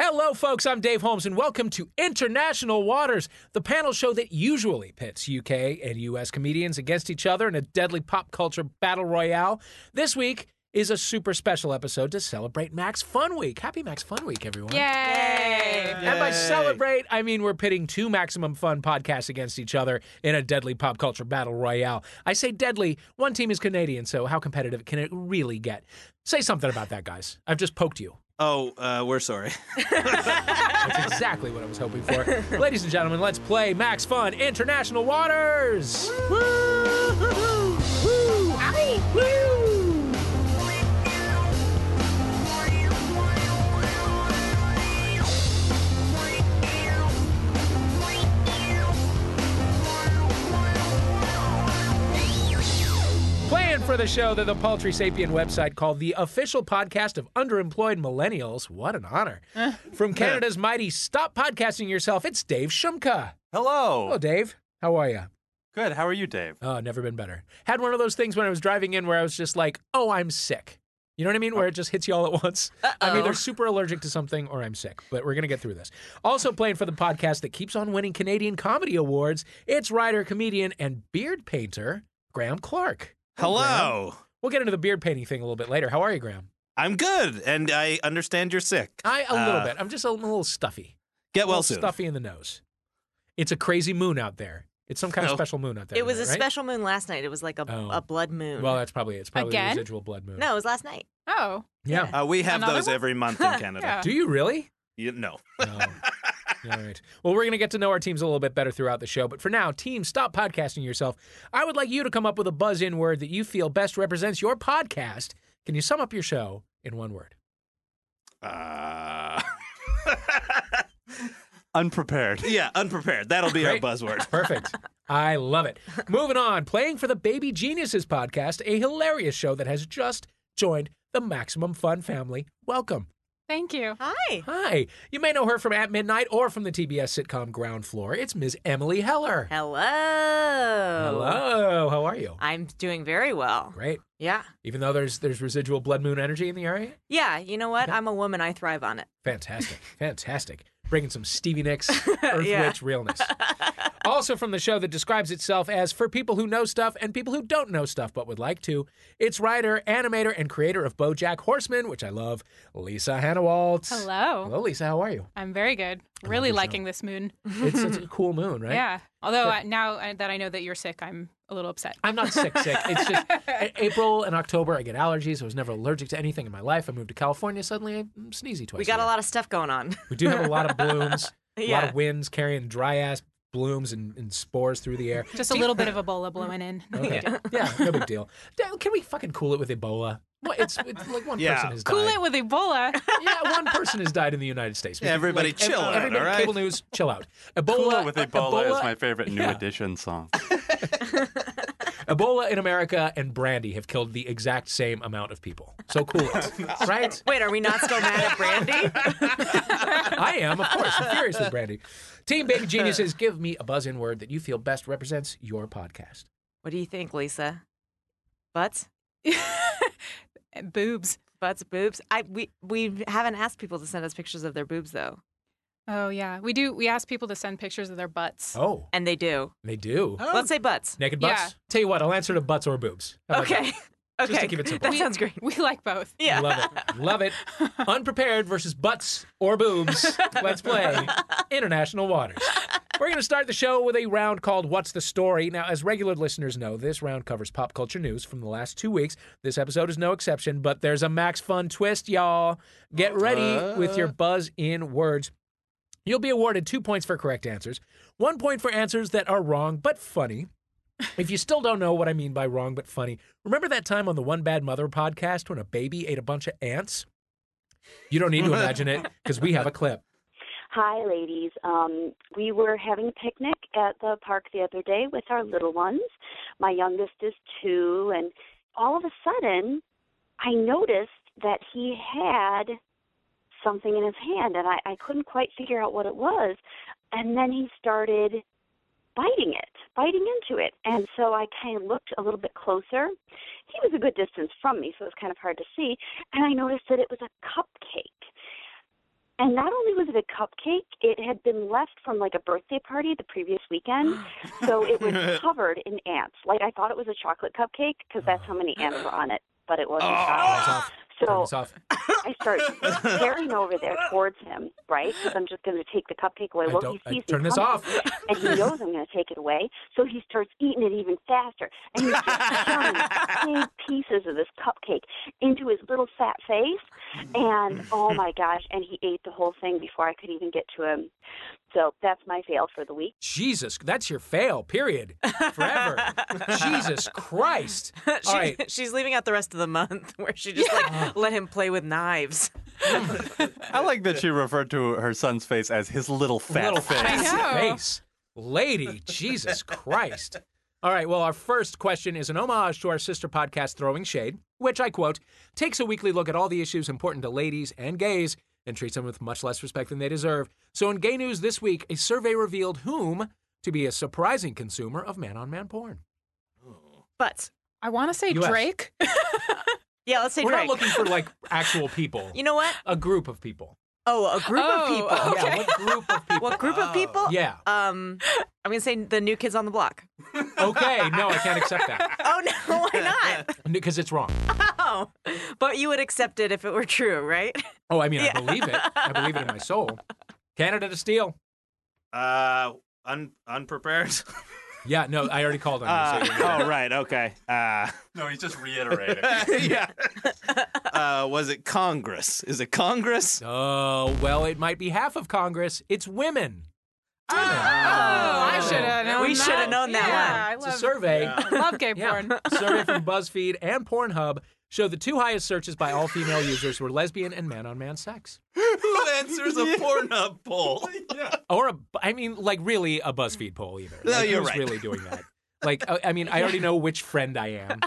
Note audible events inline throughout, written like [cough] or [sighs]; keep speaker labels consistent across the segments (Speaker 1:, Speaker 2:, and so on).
Speaker 1: Hello, folks. I'm Dave Holmes, and welcome to International Waters, the panel show that usually pits UK and US comedians against each other in a deadly pop culture battle royale. This week is a super special episode to celebrate Max Fun Week. Happy Max Fun Week, everyone.
Speaker 2: Yay!
Speaker 1: And by celebrate, I mean we're pitting two maximum fun podcasts against each other in a deadly pop culture battle royale. I say deadly, one team is Canadian, so how competitive can it really get? Say something about that, guys. I've just poked you.
Speaker 3: Oh, uh, we're sorry. [laughs]
Speaker 1: That's exactly what I was hoping for. Ladies and gentlemen, let's play Max Fun International Waters. Playing for the show, they're the Paltry Sapien website called the official podcast of underemployed millennials. What an honor. From Canada's mighty Stop Podcasting Yourself, it's Dave Shumka.
Speaker 3: Hello.
Speaker 1: Hello, Dave. How are you?
Speaker 3: Good. How are you, Dave?
Speaker 1: Oh, never been better. Had one of those things when I was driving in where I was just like, oh, I'm sick. You know what I mean? Where it just hits you all at once. I'm either super allergic to something or I'm sick, but we're going to get through this. Also, playing for the podcast that keeps on winning Canadian Comedy Awards, it's writer, comedian, and beard painter, Graham Clark.
Speaker 3: Hello.
Speaker 1: We'll get into the beard painting thing a little bit later. How are you, Graham?
Speaker 3: I'm good, and I understand you're sick.
Speaker 1: I a little
Speaker 3: Uh,
Speaker 1: bit. I'm just a, little stuffy.
Speaker 3: Get
Speaker 1: a
Speaker 3: well
Speaker 1: little
Speaker 3: soon.
Speaker 1: stuffy in the nose. It's a crazy moon out there. It's some kind of
Speaker 3: No.
Speaker 1: special moon out there.
Speaker 2: It was a
Speaker 1: tonight, right?
Speaker 2: special moon last night. It was like a,
Speaker 1: Oh.
Speaker 2: a blood moon.
Speaker 1: Well, that's probably it's probably a
Speaker 4: Again?
Speaker 1: residual blood moon.
Speaker 2: no, it was last night.
Speaker 4: Oh,
Speaker 1: Yeah.
Speaker 3: Uh, we have
Speaker 4: Another
Speaker 3: those
Speaker 4: one?
Speaker 2: [laughs]
Speaker 3: every month in Canada.
Speaker 4: Yeah.
Speaker 1: Do you really?
Speaker 3: You- no. [laughs]
Speaker 1: No. All right. Well, we're going to get to know our teams a little bit better throughout the show. But for now, team, stop podcasting yourself. I would like you to come up with a buzz in word that you feel best represents your podcast. Can you sum up your show in one word?
Speaker 3: Uh,
Speaker 5: unprepared.
Speaker 3: yeah, unprepared. That'll be
Speaker 1: Great.
Speaker 3: our buzzword.
Speaker 1: [laughs] Perfect. I love it. Moving on, playing for the Baby Geniuses podcast, a hilarious show that has just joined the Maximum Fun family. Welcome.
Speaker 4: thank you.
Speaker 2: Hi.
Speaker 1: Hi. You may know her from At Midnight or from the TBS sitcom Ground Floor. It's Ms. Emily Heller.
Speaker 2: Hello.
Speaker 1: Hello. How are you?
Speaker 2: I'm doing very well.
Speaker 1: Great.
Speaker 2: Yeah.
Speaker 1: Even though there's there's residual blood moon energy in the area?
Speaker 2: Yeah. You know what? I'm a woman. I thrive on it. [laughs]
Speaker 1: Fantastic. Fantastic. Bringing some Stevie Nicks, Earth
Speaker 2: Yeah.
Speaker 1: Witch realness. also from the show that describes itself as for people who know stuff and people who don't know stuff but would like to, it's writer, animator, and creator of BoJack Horseman, which I love, Lisa Hannah Waltz.
Speaker 4: Hello.
Speaker 1: Hello, Lisa. How are you?
Speaker 4: I'm very good. Really liking this moon. [laughs]
Speaker 1: It's such
Speaker 2: Mm.
Speaker 1: a cool moon, right?
Speaker 4: Yeah. Although uh, now uh, that I know that you're sick, I'm a little upset.
Speaker 1: I'm not sick,
Speaker 4: [laughs]
Speaker 1: sick. It's
Speaker 2: [laughs]
Speaker 1: just a- April and October, I get allergies. I was never allergic to anything in my life. I moved to California. Suddenly, I'm sneezy twice.
Speaker 2: We got
Speaker 1: year.
Speaker 2: a lot of stuff going on.
Speaker 1: We do have a
Speaker 2: [laughs]
Speaker 1: lot of [laughs] blooms, a lot
Speaker 2: Yeah.
Speaker 1: of winds carrying dry ass blooms and, and spores through the air.
Speaker 4: Just a
Speaker 1: [laughs]
Speaker 4: little bit of Ebola blowing in. No big [laughs]
Speaker 1: Okay.
Speaker 4: deal.
Speaker 1: Yeah, no big deal. Da- Can we fucking cool it with Ebola? What it's, it's like one
Speaker 3: Yeah.
Speaker 1: person has
Speaker 4: Cool
Speaker 1: died.
Speaker 4: it with Ebola.
Speaker 1: [laughs] yeah, one person has died in the United States. We
Speaker 3: Yeah,
Speaker 1: can,
Speaker 3: everybody
Speaker 1: like,
Speaker 3: chill
Speaker 1: ev-
Speaker 3: out,
Speaker 1: Everybody,
Speaker 3: all right?
Speaker 1: cable news, chill out. Ebola
Speaker 5: [laughs] Cool It with
Speaker 1: uh,
Speaker 5: Ebola,
Speaker 1: Ebola,
Speaker 5: is my favorite new
Speaker 1: yeah.
Speaker 5: edition
Speaker 1: [laughs]
Speaker 5: song.
Speaker 1: Ebola in America and brandy have killed the exact same amount of people. So cool it,
Speaker 5: [laughs]
Speaker 1: right?
Speaker 2: Wait, are we not still mad
Speaker 1: [laughs]
Speaker 2: at Brandy?
Speaker 1: I am, of course. I'm furious with Brandy. Team Baby Geniuses, give me a buzz in word that you feel best represents your podcast.
Speaker 2: what do you think, Lisa? Butts?
Speaker 4: [laughs] Boobs.
Speaker 2: Butts, boobs. I we we haven't asked people to send us pictures of their boobs though,
Speaker 4: [laughs] Oh yeah. We do. We ask people to send pictures of their butts.
Speaker 1: Oh,
Speaker 2: and they do.
Speaker 1: they do.
Speaker 5: Oh.
Speaker 2: Let's say butts.
Speaker 1: Naked
Speaker 4: Yeah.
Speaker 1: butts? Tell you what, I'll answer to butts or boobs. How about
Speaker 2: Okay. [laughs]
Speaker 1: Just
Speaker 2: okay.
Speaker 1: to keep it simple.
Speaker 2: That sounds great.
Speaker 4: We like both.
Speaker 1: that?
Speaker 2: Yeah.
Speaker 1: Love
Speaker 4: [laughs]
Speaker 1: it. Love it. Unprepared versus butts or
Speaker 2: [laughs]
Speaker 1: boobs. Let's play International Waters. We're going to start the show with a round called What's the Story? Now, as regular listeners know, this round covers pop culture news from the last two weeks. This episode is no exception, but there's a Max Fun twist, y'all. Get ready with your buzz in words. You'll be awarded two points for correct answers, one point for answers that are wrong but funny. If you still don't know what I mean by wrong but funny, remember that time on the One Bad Mother podcast when a baby ate a bunch of ants? You don't need to imagine it because we have a clip.
Speaker 6: Hi, ladies. Um, we were having a picnic at the park the other day with our little ones. My youngest is two, and all of a sudden, I noticed that he had something in his hand, and I, I couldn't quite figure out what it was. And then he started biting it, biting into it. And so I kind of looked a little bit closer. He was a good distance from me, so it was kind of hard to see. And I noticed that it was a cupcake. And not only was it a cupcake, it had been left from like a birthday party the previous weekend. So it was covered in ants. Like I thought it was a chocolate cupcake because that's how many ants were on it, but it wasn't.
Speaker 1: Turn
Speaker 6: chocolate.
Speaker 1: this off. Turn
Speaker 6: So
Speaker 1: this off.
Speaker 6: [laughs] I start staring over there towards him, right? Because I'm just going to take the cupcake away.
Speaker 1: I
Speaker 6: Well,
Speaker 1: don't-
Speaker 6: he
Speaker 1: I-
Speaker 6: sees me
Speaker 1: turn this
Speaker 6: coming,
Speaker 1: off.
Speaker 6: and he knows I'm going to take it away, so he starts eating it even faster. And he's just
Speaker 1: [laughs]
Speaker 6: shoving big pieces of this cupcake into his little fat face, and oh my gosh! And he ate the whole thing before I could even get to him. So that's my fail for the week.
Speaker 1: Jesus, that's your fail, period.
Speaker 2: [laughs]
Speaker 1: Forever. Jesus Christ. All
Speaker 2: she,
Speaker 1: right.
Speaker 2: [laughs] She's leaving out the rest of the month [laughs] where she just like let him play with knives.
Speaker 5: I like that she referred to her son's face as his little fat
Speaker 1: little
Speaker 5: face.
Speaker 1: face.
Speaker 4: know.
Speaker 1: face. Lady, Jesus Christ. All right, well, our first question is an homage to our sister podcast, Throwing Shade, which I quote takes a weekly look at all the issues important to ladies and gays and treats them with much less respect than they deserve. So, in gay news this week, a survey revealed whom to be a surprising consumer of man on man porn.
Speaker 2: But
Speaker 4: I want to say
Speaker 1: US.
Speaker 4: Drake.
Speaker 2: [laughs] yeah, let's say
Speaker 1: We're
Speaker 2: Drake.
Speaker 1: not looking for like actual people,
Speaker 2: you know what?
Speaker 1: a group of people.
Speaker 2: Oh, a group
Speaker 4: Oh,
Speaker 1: [laughs] Yeah,
Speaker 2: of people.
Speaker 1: what group of people?
Speaker 2: What group of people?
Speaker 1: Yeah.
Speaker 2: Um, I'm gonna say the new kids on the block.
Speaker 1: Okay, no, I can't accept that
Speaker 2: Oh no, [laughs] why not?
Speaker 1: because it's wrong.
Speaker 2: Oh, but you would accept it if it were true, right?
Speaker 1: Oh, I mean, I
Speaker 2: Yeah.
Speaker 1: believe it. I believe it in my
Speaker 4: [laughs]
Speaker 1: soul. Canada to steal.
Speaker 3: Uh, un- unprepared. [laughs]
Speaker 1: Yeah, no, I already called on you.
Speaker 3: Uh,
Speaker 1: so-
Speaker 3: oh, right. Okay. Uh,
Speaker 5: No, he's just reiterating.
Speaker 3: [laughs]
Speaker 5: [laughs]
Speaker 3: yeah. Uh, was it Congress? Is it Congress?
Speaker 1: Oh, well, it might be half of Congress. It's women.
Speaker 4: I
Speaker 1: Oh.
Speaker 4: should have known.
Speaker 2: We
Speaker 4: that.
Speaker 2: shoulda known that
Speaker 4: Yeah,
Speaker 1: It's
Speaker 4: I
Speaker 1: a
Speaker 4: love,
Speaker 1: survey.
Speaker 3: Yeah.
Speaker 4: love gay
Speaker 1: [laughs] Yeah.
Speaker 4: porn.
Speaker 1: survey
Speaker 4: [laughs]
Speaker 1: from BuzzFeed and Pornhub showed the two highest searches by all female users were lesbian and man on man sex.
Speaker 3: Who answers a Pornhub
Speaker 5: [laughs]
Speaker 3: poll?
Speaker 1: Or, a, I mean, like, really a BuzzFeed poll, either.
Speaker 3: No,
Speaker 1: Like,
Speaker 3: you're
Speaker 1: who's
Speaker 3: right.
Speaker 1: really doing
Speaker 5: [laughs]
Speaker 1: that? Like, I, I mean, I already know which friend I am.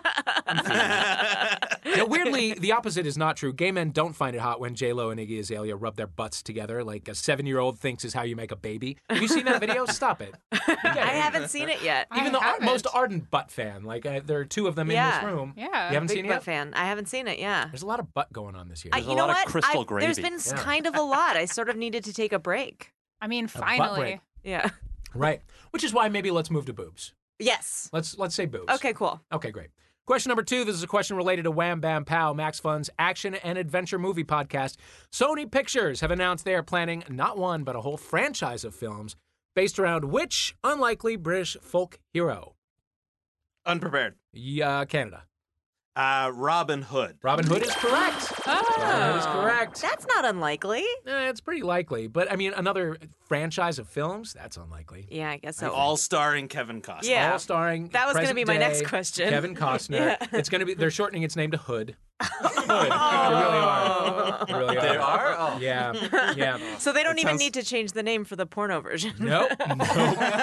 Speaker 5: [laughs]
Speaker 1: Now, weirdly, the opposite is not true. Gay men don't find it hot when J Lo and Iggy Azalea rub their butts together like a seven-year-old thinks is how you make a baby. Have you seen that
Speaker 5: [laughs]
Speaker 1: video? Stop it. You get it.
Speaker 2: [laughs] I haven't seen it yet.
Speaker 4: I
Speaker 1: Even the ar-
Speaker 4: haven't.
Speaker 1: most ardent butt fan, like uh, there are two of them in
Speaker 2: Yeah.
Speaker 1: this room.
Speaker 4: Yeah.
Speaker 1: you haven't
Speaker 2: Big
Speaker 1: seen it.
Speaker 2: butt
Speaker 1: Yet?
Speaker 2: fan. I haven't seen it. Yeah.
Speaker 1: There's a lot of butt going on this year.
Speaker 2: I,
Speaker 5: There's a
Speaker 2: you know
Speaker 5: lot of
Speaker 2: what?
Speaker 5: crystal
Speaker 2: I- There's
Speaker 5: gravy.
Speaker 2: been s-
Speaker 1: Yeah.
Speaker 2: kind of a lot. I sort of needed to take a break.
Speaker 4: I mean,
Speaker 1: butt break.
Speaker 4: finally.
Speaker 2: Yeah.
Speaker 1: right, which is why maybe let's move to boobs.
Speaker 2: Yes.
Speaker 1: Let's let's say boobs.
Speaker 2: Okay. Cool.
Speaker 1: Okay, great. Question number two. This is a question related to Wham Bam Pow, Max Fun's action and adventure movie podcast. Sony Pictures have announced they are planning not one, but a whole franchise of films based around which unlikely British folk hero?
Speaker 3: Unprepared.
Speaker 1: Yeah, Canada.
Speaker 3: Uh, Robin Hood.
Speaker 1: Robin Hood is correct. Robin Hood is
Speaker 2: Oh.
Speaker 7: [laughs]
Speaker 1: correct.
Speaker 2: That's not unlikely.
Speaker 1: Eh, it's pretty likely, but I mean, another franchise of films? That's unlikely.
Speaker 2: Yeah, I guess so.
Speaker 3: All starring Kevin Costner.
Speaker 2: Yeah.
Speaker 1: All starring.
Speaker 2: That was gonna
Speaker 1: present
Speaker 2: be my next
Speaker 1: day
Speaker 2: question.
Speaker 1: Kevin
Speaker 2: [laughs]
Speaker 1: Costner.
Speaker 2: Yeah.
Speaker 1: It's going to be. They're shortening its name to Hood.
Speaker 2: [laughs]
Speaker 1: Hood. You really are. You really
Speaker 3: There
Speaker 1: are.
Speaker 3: are.
Speaker 2: [laughs]
Speaker 3: Oh.
Speaker 1: Yeah. Yeah.
Speaker 2: Oh. so they don't
Speaker 3: That
Speaker 2: even
Speaker 3: sounds-
Speaker 2: need to change the name for the porno version.
Speaker 1: Nope. Nope. Ooh.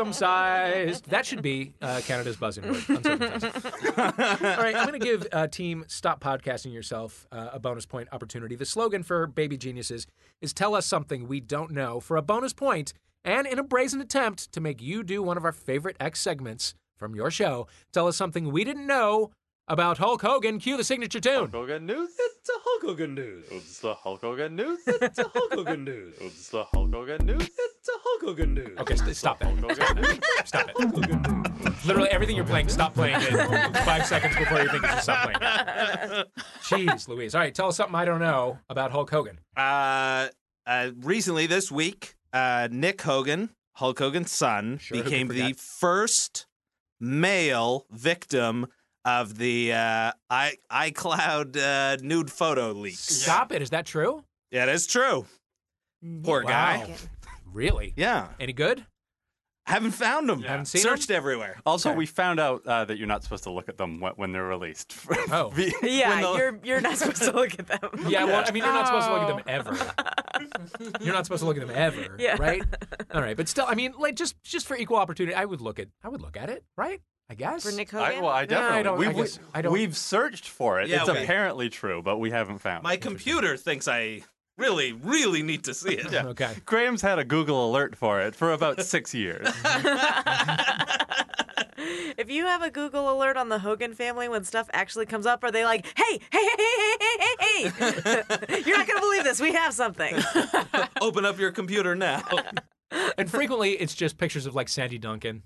Speaker 1: Uncircumcised. That should be uh, Canada's buzzing word. Uncircumcised. All right, I'm going to give uh, Team Stop Podcasting Yourself uh, a bonus point opportunity. The slogan for Baby Geniuses is Tell Us Something We Don't Know for a bonus point and in a brazen attempt to make you do one of our favorite X segments from your show. Tell us something we didn't know about Hulk Hogan. Cue the signature tune.
Speaker 5: Hogan news. It's a Hulk Hogan news. Oops, the Hulk Hogan news. It's a Hulk Hogan news. Oops, the Hulk Hogan news. It's a Hulk Hogan news.
Speaker 1: Okay, st- stop that.
Speaker 5: Hogan news.
Speaker 1: [laughs] Stop it. Literally everything you're playing, stop playing it five seconds before you think you should stop playing it. Jeez, Louise. All right, tell us something I don't know about Hulk Hogan.
Speaker 3: Uh, uh, recently, this week, uh, Nick Hogan, Hulk Hogan's son,
Speaker 1: Sure, who could
Speaker 3: became the
Speaker 1: forget?
Speaker 3: first male victim of the uh, i iCloud uh, nude photo leaks.
Speaker 1: Stop it. Is that true?
Speaker 3: Yeah, that is true. Poor
Speaker 1: Wow.
Speaker 3: guy.
Speaker 1: Really?
Speaker 3: Yeah,
Speaker 1: Any good?
Speaker 3: haven't found him.
Speaker 1: Haven't seen
Speaker 3: Searched
Speaker 1: him?
Speaker 3: everywhere.
Speaker 5: Also,
Speaker 1: Okay.
Speaker 5: we found out uh, that you're not supposed to look at them wh- when they're released. [laughs]
Speaker 1: Oh. [laughs]
Speaker 2: Yeah,
Speaker 5: When the-
Speaker 2: you're you're not supposed to look at them. Oh.
Speaker 1: Yeah, well, I mean, you're not supposed to look at them ever. You're not supposed to look at them
Speaker 5: [laughs]
Speaker 1: ever,
Speaker 2: [laughs] Yeah.
Speaker 1: right? All right, but still, I mean, like just just for equal opportunity, I would look at I would look at it, right? I guess.
Speaker 2: For Nick Hogan.
Speaker 5: I, well, I definitely.
Speaker 1: don't-
Speaker 5: we,
Speaker 1: I guess-
Speaker 5: we-
Speaker 1: I don't-
Speaker 5: We've searched for it.
Speaker 3: Yeah,
Speaker 5: it's
Speaker 3: we-
Speaker 5: apparently true, but we haven't found
Speaker 3: My
Speaker 5: it.
Speaker 3: computer thinks I really, really need to see it.
Speaker 1: [laughs] Okay. [laughs]
Speaker 5: Graham's had a Google alert for it for about six years.
Speaker 2: if If you have a Google alert on the Hogan family when stuff actually comes up, are they like, hey, hey, hey, hey, hey, hey, hey, hey? [laughs] You're not going to believe this. We have something.
Speaker 3: Open up your computer now.
Speaker 1: [laughs] And frequently, it's just pictures of like Sandy Duncan,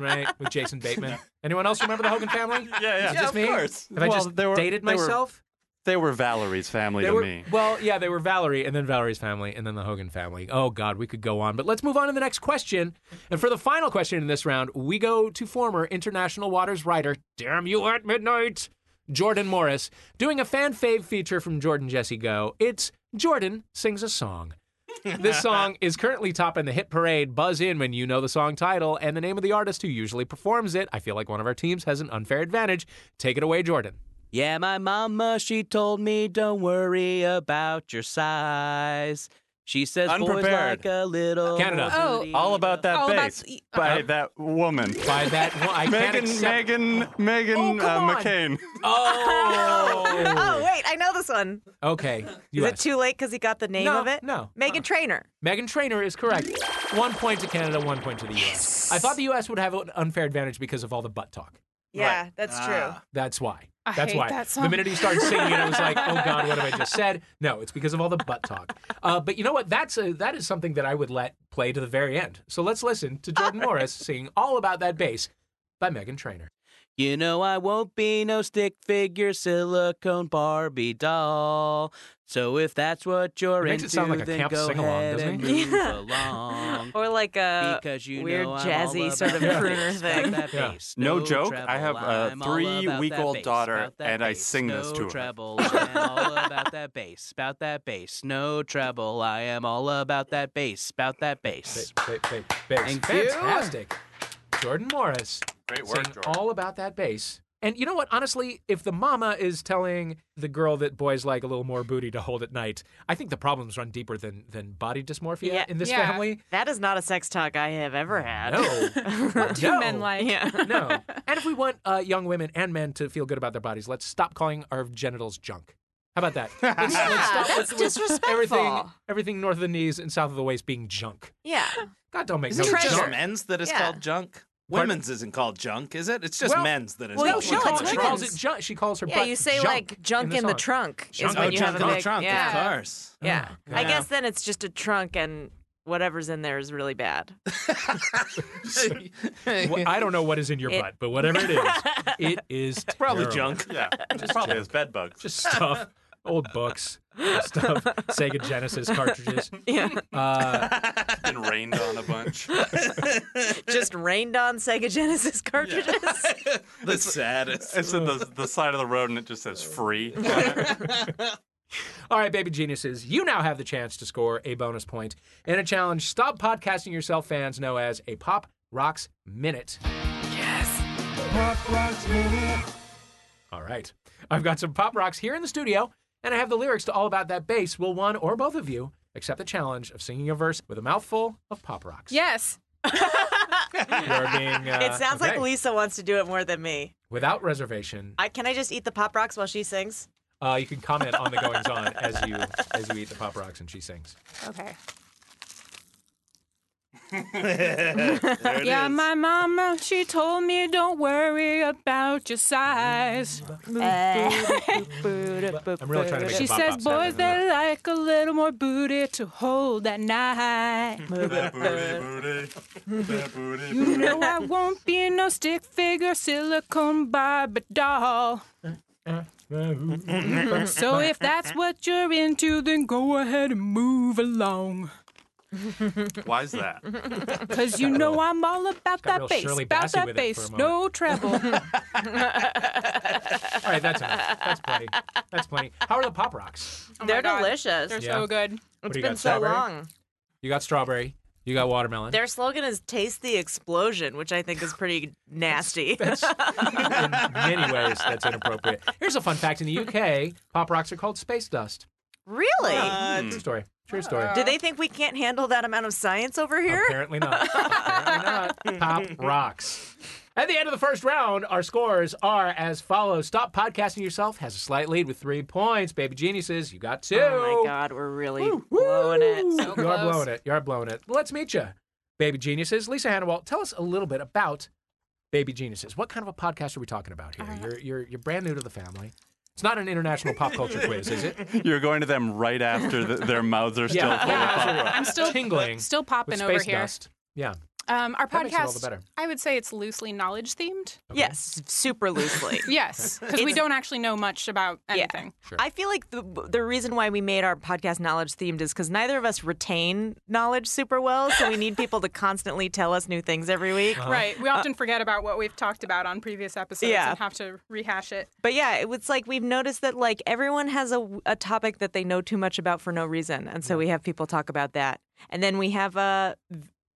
Speaker 1: right, with Jason Bateman. Anyone else remember the Hogan family?
Speaker 5: yeah.
Speaker 1: Is it just
Speaker 3: of
Speaker 1: me?
Speaker 3: course.
Speaker 1: Have I
Speaker 5: Well,
Speaker 1: just
Speaker 5: they were-
Speaker 1: dated
Speaker 5: they were-
Speaker 1: myself?
Speaker 5: They were Valerie's family
Speaker 1: They
Speaker 5: to
Speaker 1: were-
Speaker 5: me.
Speaker 1: Well, yeah, they were Valerie, and then Valerie's family, and then the Hogan family. Oh God, we could go on, but let's move on to the next question. And for the final question in this round, we go to former international waters writer, damn you at midnight, Jordan Morris, doing a fan fave feature from Jordan Jesse Go. It's Jordan sings a song.
Speaker 5: [laughs]
Speaker 1: this song is currently topping the hit parade. Buzz in when you know the song title and the name of the artist who usually performs it. I feel like one of our teams has an unfair advantage. Take it away, Jordan.
Speaker 3: Yeah, my mama, she told me, don't worry about your size. She says, boys
Speaker 5: Unprepared.
Speaker 3: like a little.
Speaker 1: Canada.
Speaker 4: Oh,
Speaker 3: booty."
Speaker 5: All about that
Speaker 4: All about-
Speaker 5: bass by that woman.
Speaker 1: By that, one, I can't
Speaker 5: Megan,
Speaker 1: accept.
Speaker 5: Megan, Megan
Speaker 1: Oh, come
Speaker 5: uh,
Speaker 1: on.
Speaker 5: McCain.
Speaker 1: [laughs] Oh.
Speaker 2: [laughs] oh, wait. I know this one.
Speaker 3: [laughs]
Speaker 1: Okay.
Speaker 2: Is it
Speaker 1: US.
Speaker 2: too late because he got the name
Speaker 1: No,
Speaker 2: of it?
Speaker 1: no. Uh-uh.
Speaker 2: Megan Trainer.
Speaker 1: Megan Trainer is correct. One point to Canada, one point to the U.S. I thought the U.S. would have an unfair advantage because of all the butt talk.
Speaker 2: Yeah, that's true.
Speaker 1: That's why.
Speaker 4: Ah. I
Speaker 1: That's
Speaker 4: hate
Speaker 1: why.
Speaker 4: that
Speaker 1: The
Speaker 4: song.
Speaker 1: minute he started singing, it, I was like, "Oh God, what have I
Speaker 4: [laughs]
Speaker 1: just said?" No, it's because of all the butt talk. Uh, but you know what? That's a, that is something that I would let play to the very end. So let's listen to
Speaker 4: [laughs]
Speaker 1: Jordan Morris sing "All About That Bass" by Megan Trainer.
Speaker 3: You know I won't be no stick figure silicone Barbie doll. So if that's what you're
Speaker 1: It makes
Speaker 3: into,
Speaker 1: it sound like a
Speaker 3: then
Speaker 1: camp
Speaker 3: go
Speaker 1: sing-along,
Speaker 3: ahead
Speaker 1: doesn't
Speaker 3: and
Speaker 1: it?
Speaker 4: [laughs]
Speaker 3: move
Speaker 2: Yeah.
Speaker 3: along.
Speaker 2: Or like a
Speaker 3: Ah. because you
Speaker 2: Uh, weird
Speaker 3: know I'm all
Speaker 2: jazzy
Speaker 3: about
Speaker 2: sort of
Speaker 1: that
Speaker 2: crooner
Speaker 3: bass, about
Speaker 2: thing.
Speaker 3: that
Speaker 1: Yeah.
Speaker 3: bass,
Speaker 5: No joke,
Speaker 3: treble,
Speaker 5: I have a
Speaker 3: I'm all about
Speaker 5: three-week-old
Speaker 3: that bass,
Speaker 5: daughter,
Speaker 3: about that
Speaker 5: and I
Speaker 3: bass,
Speaker 5: sing this
Speaker 3: no
Speaker 5: to her.
Speaker 3: treble, I'm all about that bass, about that bass, no treble. I am all about that bass, about that bass.
Speaker 1: Ba- ba- ba- bass.
Speaker 3: Thank you.
Speaker 1: Fantastic. Jordan Morris. Great work, Jordan. All about that bass. And you know what? Honestly, if the mama is telling the girl that boys like a little more booty to hold at night, I think the problems run deeper than than body dysmorphia
Speaker 2: Yeah.
Speaker 1: in this
Speaker 4: Yeah.
Speaker 1: family.
Speaker 2: That is not a sex talk I have ever had. [laughs]
Speaker 1: No.
Speaker 4: What do
Speaker 1: No.
Speaker 4: men like?
Speaker 1: no. And if we want uh, young women and men to feel good about their bodies, let's stop calling our genitals junk. How about [laughs] that? Let's,
Speaker 2: Yeah,
Speaker 1: let's stop
Speaker 2: Uh, that's
Speaker 1: with- with
Speaker 2: disrespectful.
Speaker 1: Everything, everything north of the knees and south of the waist being junk.
Speaker 2: Yeah.
Speaker 1: God, [laughs]
Speaker 3: [laughs]
Speaker 1: don't make
Speaker 2: Isn't
Speaker 1: no
Speaker 2: it just
Speaker 1: junk.
Speaker 3: men's that
Speaker 2: is Yeah. called
Speaker 3: junk.
Speaker 1: Pardon?
Speaker 3: Women's isn't called junk, is it? It's just
Speaker 1: Well-
Speaker 3: men's that is
Speaker 2: well,
Speaker 1: no,
Speaker 3: called
Speaker 1: she,
Speaker 2: no,
Speaker 3: junk.
Speaker 1: calls,
Speaker 2: it's
Speaker 1: she calls
Speaker 2: women's.
Speaker 1: it junk. She calls her
Speaker 2: Yeah,
Speaker 1: butt
Speaker 2: you say
Speaker 1: junk
Speaker 2: like junk in the,
Speaker 1: song.
Speaker 2: trunk
Speaker 1: Junk
Speaker 2: is when
Speaker 1: in
Speaker 2: you
Speaker 1: the
Speaker 2: have
Speaker 1: trunk.
Speaker 2: a
Speaker 1: Oh,
Speaker 2: big
Speaker 3: trunk,
Speaker 2: yeah.
Speaker 3: of course.
Speaker 2: Yeah.
Speaker 1: Oh,
Speaker 2: I
Speaker 1: God.
Speaker 2: guess then it's just a trunk and whatever's in there is really [laughs] bad.
Speaker 1: Wh-
Speaker 2: [laughs]
Speaker 1: I don't know what is in your
Speaker 2: It-
Speaker 1: butt, but whatever it
Speaker 2: [laughs]
Speaker 1: is, it is it's
Speaker 3: Probably junk.
Speaker 1: [laughs]
Speaker 5: Yeah, just probably his bed bugs.
Speaker 1: Just stuff, old books,
Speaker 2: [laughs]
Speaker 1: stuff, Sega Genesis cartridges.
Speaker 2: Yeah.
Speaker 1: Uh,
Speaker 5: Been rained on a bunch.
Speaker 2: just rained on Sega Genesis cartridges. [laughs]
Speaker 3: the saddest.
Speaker 5: It's in the, the side of the road and it just says free.
Speaker 1: all right, baby geniuses, you now have the chance to score a bonus point in a challenge Stop Podcasting Yourself fans know as a Pop Rocks Minute. All right. I've got some pop rocks here in the studio, and I have the lyrics to All About That Bass. Will one or both of you accept the challenge of singing a verse with a mouthful of pop rocks?
Speaker 4: [laughs] Yes.
Speaker 1: You're
Speaker 2: [laughs]
Speaker 1: being, uh,
Speaker 2: it sounds like
Speaker 1: okay.
Speaker 2: Lisa wants to do it more than me.
Speaker 1: Without reservation,
Speaker 2: I, can I just eat the pop rocks while she sings?
Speaker 1: uh, you can comment on the goings on as you as you eat the pop rocks and she sings.
Speaker 4: Okay.
Speaker 3: There it
Speaker 4: Yeah,
Speaker 3: is.
Speaker 4: my mama, she told me don't worry about your size. Eh.
Speaker 1: I'm really trying to make the
Speaker 4: She
Speaker 1: pop
Speaker 4: says
Speaker 1: rocks
Speaker 4: boys
Speaker 1: happen.
Speaker 4: they like a little more booty to hold that night.
Speaker 1: [laughs]
Speaker 5: That booty, booty, that booty,
Speaker 4: You know I won't be no stick figure silicone Barbie
Speaker 1: [laughs]
Speaker 4: doll. So if that's what you're into, then go ahead and
Speaker 1: [laughs]
Speaker 4: move along.
Speaker 5: Why's that?
Speaker 2: [laughs]
Speaker 4: Cause you know I'm all
Speaker 1: got
Speaker 4: about that
Speaker 1: real
Speaker 4: bass,
Speaker 1: Shirley
Speaker 4: about
Speaker 1: Bassey
Speaker 4: that
Speaker 1: with it for
Speaker 4: bass,
Speaker 1: a
Speaker 4: no treble.
Speaker 1: [laughs] All right, that's enough. That's plenty. That's plenty. How are the pop rocks?
Speaker 4: Oh my
Speaker 2: They're
Speaker 4: God.
Speaker 2: delicious.
Speaker 4: They're
Speaker 2: It's
Speaker 1: Yeah.
Speaker 4: so good.
Speaker 1: What do you
Speaker 2: been
Speaker 1: got?
Speaker 2: so
Speaker 1: Strawberry?
Speaker 2: long.
Speaker 1: You got strawberry. You got watermelon.
Speaker 2: Their slogan is "Taste the explosion," which I think is [laughs] pretty nasty. [laughs]
Speaker 1: in many ways that's inappropriate. Here's a fun fact: in the UK, pop rocks are called space dust.
Speaker 2: really?
Speaker 1: True story. True story.
Speaker 2: Do they think we can't handle that amount of science over here?
Speaker 1: Apparently not. Apparently not. Pop rocks. At the end of the first round, our scores are as follows. Stop podcasting yourself has a slight lead with three points. Baby geniuses, you got two.
Speaker 2: Oh my God, we're really
Speaker 1: Woo!
Speaker 2: blowing it.
Speaker 4: So
Speaker 1: you are
Speaker 4: close.
Speaker 1: blowing it. You are blowing it. Let's meet you, baby geniuses. Lisa Hannawalt, tell us a little bit about Baby Geniuses. What kind of a podcast are we talking about
Speaker 4: Uh,
Speaker 1: here? You're, you're, you're brand new to the family. It's not an international pop
Speaker 4: [laughs]
Speaker 1: culture quiz, is it?
Speaker 8: You're going to them right after th their mouths are still
Speaker 1: Yeah.
Speaker 8: full of popcorn.
Speaker 4: I'm still
Speaker 1: Tingling.
Speaker 4: still
Speaker 1: with
Speaker 4: popping
Speaker 1: space
Speaker 4: over here.
Speaker 1: dust. Yeah.
Speaker 4: Um, our
Speaker 1: That
Speaker 4: podcast,
Speaker 1: makes it all the better.
Speaker 4: I would say it's loosely knowledge themed.
Speaker 2: Yes, super loosely.
Speaker 4: [laughs] Yes, because we
Speaker 2: It's-
Speaker 4: don't actually know much about
Speaker 2: Yeah.
Speaker 4: anything.
Speaker 2: I feel like the the reason why we made our podcast knowledge themed is because neither of us retain knowledge super well, so we need people to constantly tell us new things every week. Uh,
Speaker 4: Right. We often forget about what we've talked about on previous episodes
Speaker 2: Yeah.
Speaker 4: and have to rehash it.
Speaker 2: But yeah, it was like we've noticed that like everyone has a, a topic that they know too much about for no reason, and so we have people talk about that, and then we have uh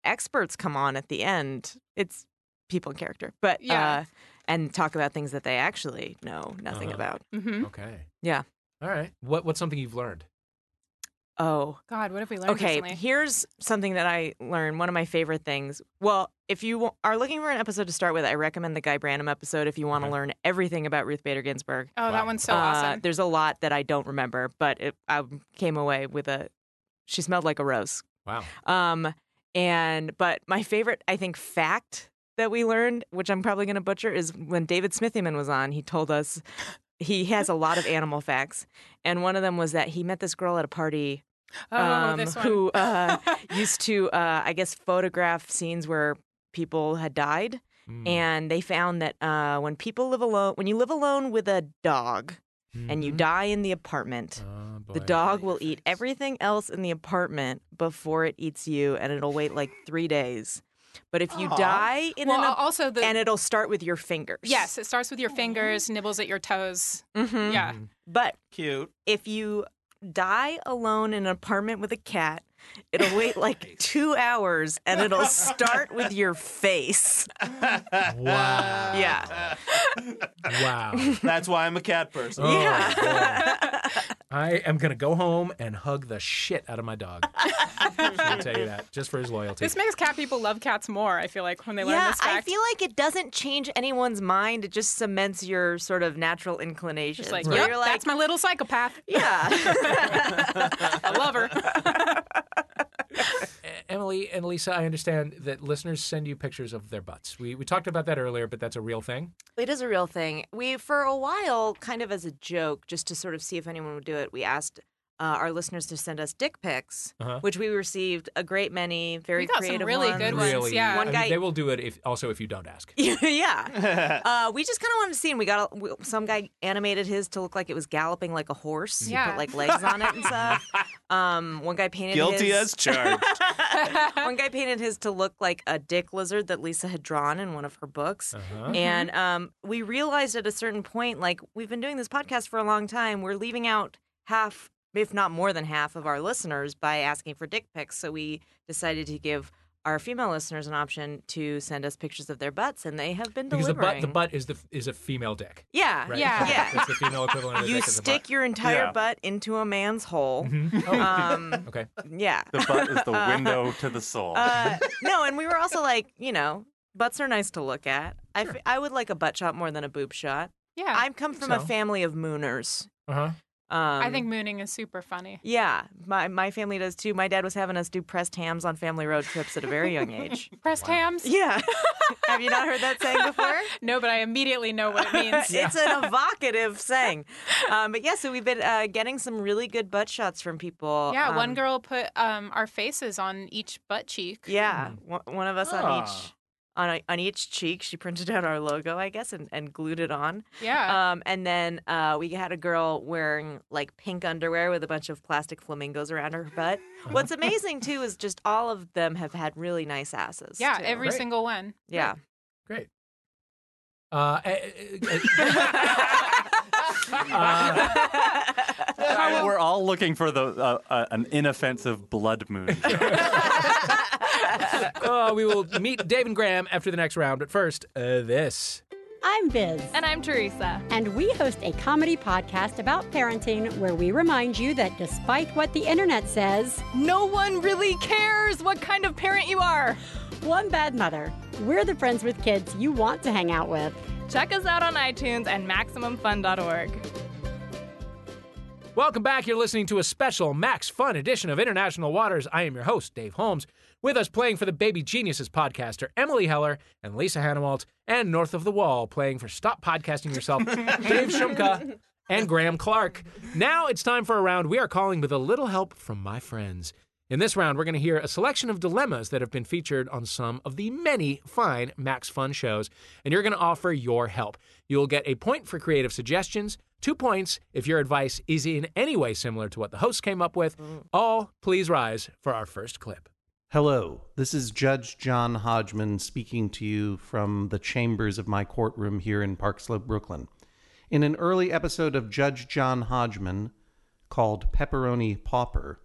Speaker 2: experts come on at the end. It's people in character, but
Speaker 4: Yeah.
Speaker 2: uh, and talk about things that they actually know nothing
Speaker 1: Uh-huh.
Speaker 2: about.
Speaker 4: hmm
Speaker 1: Okay.
Speaker 2: Yeah.
Speaker 1: All right. What What's something you've learned?
Speaker 2: Oh.
Speaker 4: God, what have we learned
Speaker 2: Okay,
Speaker 4: recently?
Speaker 2: here's something that I learned. One of my favorite things. Well, if you wa- are looking for an episode to start with, I recommend the Guy Branum episode if you want to
Speaker 1: Okay.
Speaker 2: learn everything about Ruth Bader Ginsburg.
Speaker 4: Oh,
Speaker 1: Wow.
Speaker 4: that one's so
Speaker 2: Uh,
Speaker 4: awesome.
Speaker 2: There's a lot that I don't remember, but it, I came away with a. She smelled like a rose.
Speaker 1: Wow.
Speaker 2: Um, and but my favorite, I think, fact that we learned, which I'm probably going to butcher, is when David Smithyman was on. He told us he has a
Speaker 4: [laughs]
Speaker 2: lot of animal facts, and one of them was that he met this girl at a party
Speaker 4: Oh,
Speaker 2: um,
Speaker 4: this one. [laughs]
Speaker 2: who uh, used to, uh, I guess, photograph scenes where people had died,
Speaker 1: Mm.
Speaker 2: and they found that uh, when people live alone, when you live alone with a dog and you
Speaker 1: Mhm.
Speaker 2: die in the apartment.
Speaker 1: Oh,
Speaker 2: The
Speaker 1: boy.
Speaker 2: dog will eat everything else in the apartment before it eats you, and it'll wait like three days. But if you
Speaker 4: Aw.
Speaker 2: die in
Speaker 4: well,
Speaker 2: an
Speaker 4: al-
Speaker 2: apartment,
Speaker 4: also the
Speaker 2: and it'll start with your fingers.
Speaker 4: yes, it starts with your fingers, nibbles at your toes.
Speaker 2: Mhm.
Speaker 4: Yeah.
Speaker 2: But
Speaker 3: Cute.
Speaker 2: if you die alone in an apartment with a cat, it'll wait like two hours, and it'll start with your face.
Speaker 1: Wow.
Speaker 4: [laughs]
Speaker 2: Yeah.
Speaker 3: [laughs]
Speaker 1: Wow.
Speaker 3: That's why I'm a cat person.
Speaker 1: Oh,
Speaker 2: yeah.
Speaker 1: I am gonna go home and hug the shit out of my
Speaker 4: [laughs]
Speaker 1: dog. I'll tell you that just for his loyalty.
Speaker 4: This makes cat people love cats more, I feel like, when they learn
Speaker 2: yeah,
Speaker 4: this fact.
Speaker 2: I feel like it doesn't change anyone's mind. It just cements your sort of natural inclination.
Speaker 4: Just like,
Speaker 2: where
Speaker 4: yep,
Speaker 2: you're like,
Speaker 4: that's my little psychopath.
Speaker 2: yeah.
Speaker 4: I love
Speaker 2: [laughs]
Speaker 4: her.
Speaker 1: E- Emily and Lisa, I understand that listeners send you pictures of their butts. We we talked about that earlier, but that's a real thing.
Speaker 2: It is a real thing. We, for a while, kind of as a joke, just to sort of see if anyone would do it, we asked uh, our listeners to send us dick pics,
Speaker 1: Uh-huh.
Speaker 2: which we received a great many, very
Speaker 4: We got some
Speaker 2: creative
Speaker 4: really good
Speaker 2: ones.
Speaker 4: ones, yeah.
Speaker 2: One
Speaker 1: I mean,
Speaker 2: guy-
Speaker 1: they
Speaker 2: [laughs]
Speaker 1: will do it if also if you don't ask. [laughs]
Speaker 2: yeah. Uh, we just kind of wanted to see, and we got a, we, some guy animated his to look like it was galloping like a horse. He
Speaker 4: Yeah.
Speaker 2: put like legs on it
Speaker 4: [laughs]
Speaker 2: and stuff. Um, one guy painted
Speaker 3: Guilty
Speaker 2: his,
Speaker 3: as charged.
Speaker 2: [laughs] one guy painted his to look like a dick lizard that Lisa had drawn in one of her books.
Speaker 1: Uh-huh.
Speaker 2: And um, we realized at a certain point, like we've been doing this podcast for a long time, we're leaving out half, if not more than half, of our listeners by asking for dick pics. So we decided to give our female listeners an option to send us pictures of their butts, and they have been
Speaker 1: Because the butt
Speaker 2: delivering.
Speaker 1: the butt is the is a female dick.
Speaker 2: yeah,
Speaker 1: Right? [laughs]
Speaker 4: Yeah.
Speaker 2: yeah.
Speaker 1: That's the female equivalent of the
Speaker 2: you
Speaker 1: dick is a butt.
Speaker 2: stick your entire
Speaker 8: Yeah.
Speaker 2: butt into a man's hole.
Speaker 8: [laughs]
Speaker 1: Mhm. Oh,
Speaker 2: Um,
Speaker 1: okay.
Speaker 2: yeah.
Speaker 8: The
Speaker 2: [laughs]
Speaker 8: butt is the window to the soul.
Speaker 2: Uh, no, and we were also like, you know, butts are nice to look at. I f I I would like a butt shot more than a boob shot.
Speaker 4: yeah.
Speaker 2: I come from a
Speaker 1: so.
Speaker 2: family of mooners.
Speaker 1: Uh-huh.
Speaker 2: Um,
Speaker 4: I think mooning is super funny.
Speaker 2: Yeah, my my family does too. My dad was having us do pressed hams on family road trips at a very young age.
Speaker 4: Pressed hams?
Speaker 2: yeah, [laughs] have you not heard that saying before?
Speaker 4: [laughs] No, but [laughs] I immediately know
Speaker 2: [laughs]
Speaker 4: what it means.
Speaker 2: It's
Speaker 4: [laughs]
Speaker 2: an evocative saying. Um, but yeah, so we've been uh, getting some really good butt shots from people.
Speaker 4: Yeah,
Speaker 2: um,
Speaker 4: one girl put um, our faces on each butt cheek.
Speaker 9: [laughs]
Speaker 2: Yeah,
Speaker 4: Hmm.
Speaker 2: one, one of us on each
Speaker 1: Ah.
Speaker 2: on a, on each cheek. She printed out our logo, I guess, and, and glued it on.
Speaker 4: Yeah.
Speaker 2: Um, and then uh, we had a girl wearing like pink underwear with a bunch of plastic flamingos around her butt.
Speaker 4: [laughs]
Speaker 2: What's amazing too is just all of them have had really nice asses.
Speaker 4: yeah,
Speaker 2: too.
Speaker 4: every
Speaker 1: Great.
Speaker 4: single one.
Speaker 2: yeah.
Speaker 1: Great. Uh,
Speaker 4: [laughs]
Speaker 1: eh, eh, eh, uh,
Speaker 8: I- we're all looking for the uh, uh, an inoffensive blood moon.
Speaker 1: uh, we will meet Dave and Graham after the next round, but first, uh, this.
Speaker 10: I'm Biz,
Speaker 11: And I'm Teresa.
Speaker 10: and we host a comedy podcast about parenting where we remind you that despite what the internet says,
Speaker 11: No one really cares what kind of parent you are.
Speaker 10: one bad mother, we're the friends with kids you want to hang out with.
Speaker 11: Check us out on iTunes and MaximumFun.org.
Speaker 1: Welcome back. You're listening to a special Max Fun edition of International Waters. I am your host, Dave Holmes. With us playing for the Baby Geniuses podcast are Emily Heller and Lisa Hanawalt, and North of the Wall playing for Stop Podcasting Yourself,
Speaker 2: [laughs]
Speaker 1: Dave Shumka, and Graham Clark. Now it's time for a round we are calling with a little help from my friends. In this round, we're going to hear a selection of dilemmas that have been featured on some of the many fine Max Fun shows, and you're going to offer your help. You'll get a point for creative suggestions, two points if your advice is in any way similar to what the host came up with. All please rise for our first clip.
Speaker 12: Hello, this is Judge John Hodgman speaking to you from the chambers of my courtroom here in Park Slope, Brooklyn. In an early episode of Judge John Hodgman called Pepperoni Pauper,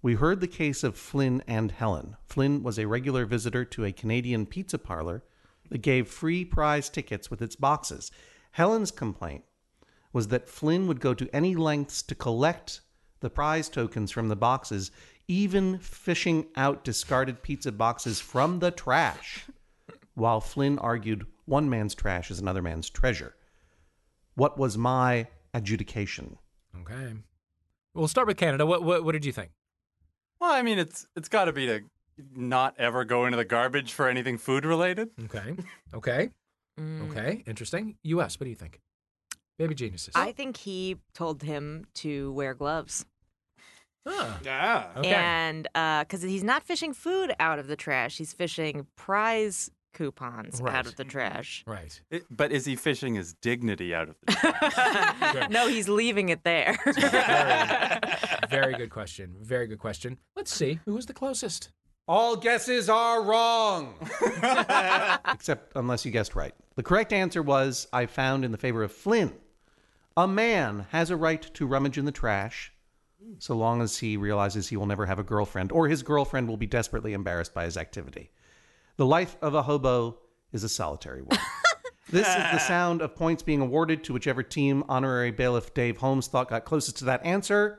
Speaker 12: we heard the case of Flynn and Helen. Flynn was a regular visitor to a Canadian pizza parlor that gave free prize tickets with its boxes. Helen's complaint was that Flynn would go to any lengths to collect the prize tokens from the boxes, even fishing out discarded pizza boxes from the trash. While Flynn argued, one man's trash is another man's treasure. What was my adjudication?
Speaker 1: Okay. We'll start with Canada. What, what, what did you think?
Speaker 8: [laughs] Well, I mean, it's it's got to be to not ever go into the garbage for anything food related.
Speaker 1: Okay. Okay. Mm. Okay. Interesting. U.S., what do you think? Baby Geniuses.
Speaker 2: I think he told him to wear gloves.
Speaker 5: Yeah.
Speaker 2: And because he's not fishing food out of the trash, he's fishing prize coupons
Speaker 8: Right.
Speaker 2: out of the trash. [laughs]
Speaker 1: Right.
Speaker 8: It- but is he fishing his dignity out of the
Speaker 2: no, he's leaving it there.
Speaker 1: Very good question. Very good question. Let's see who was the closest.
Speaker 12: All guesses are wrong. Except unless you guessed right. The correct answer was I found in the favor of Flynn. A man has a right to rummage in the trash so long as he realizes he will never have a girlfriend or his girlfriend will be desperately embarrassed by his activity. The life of a hobo is a solitary one. this is the sound of points being awarded to whichever team honorary bailiff Dave Holmes thought got closest to that answer.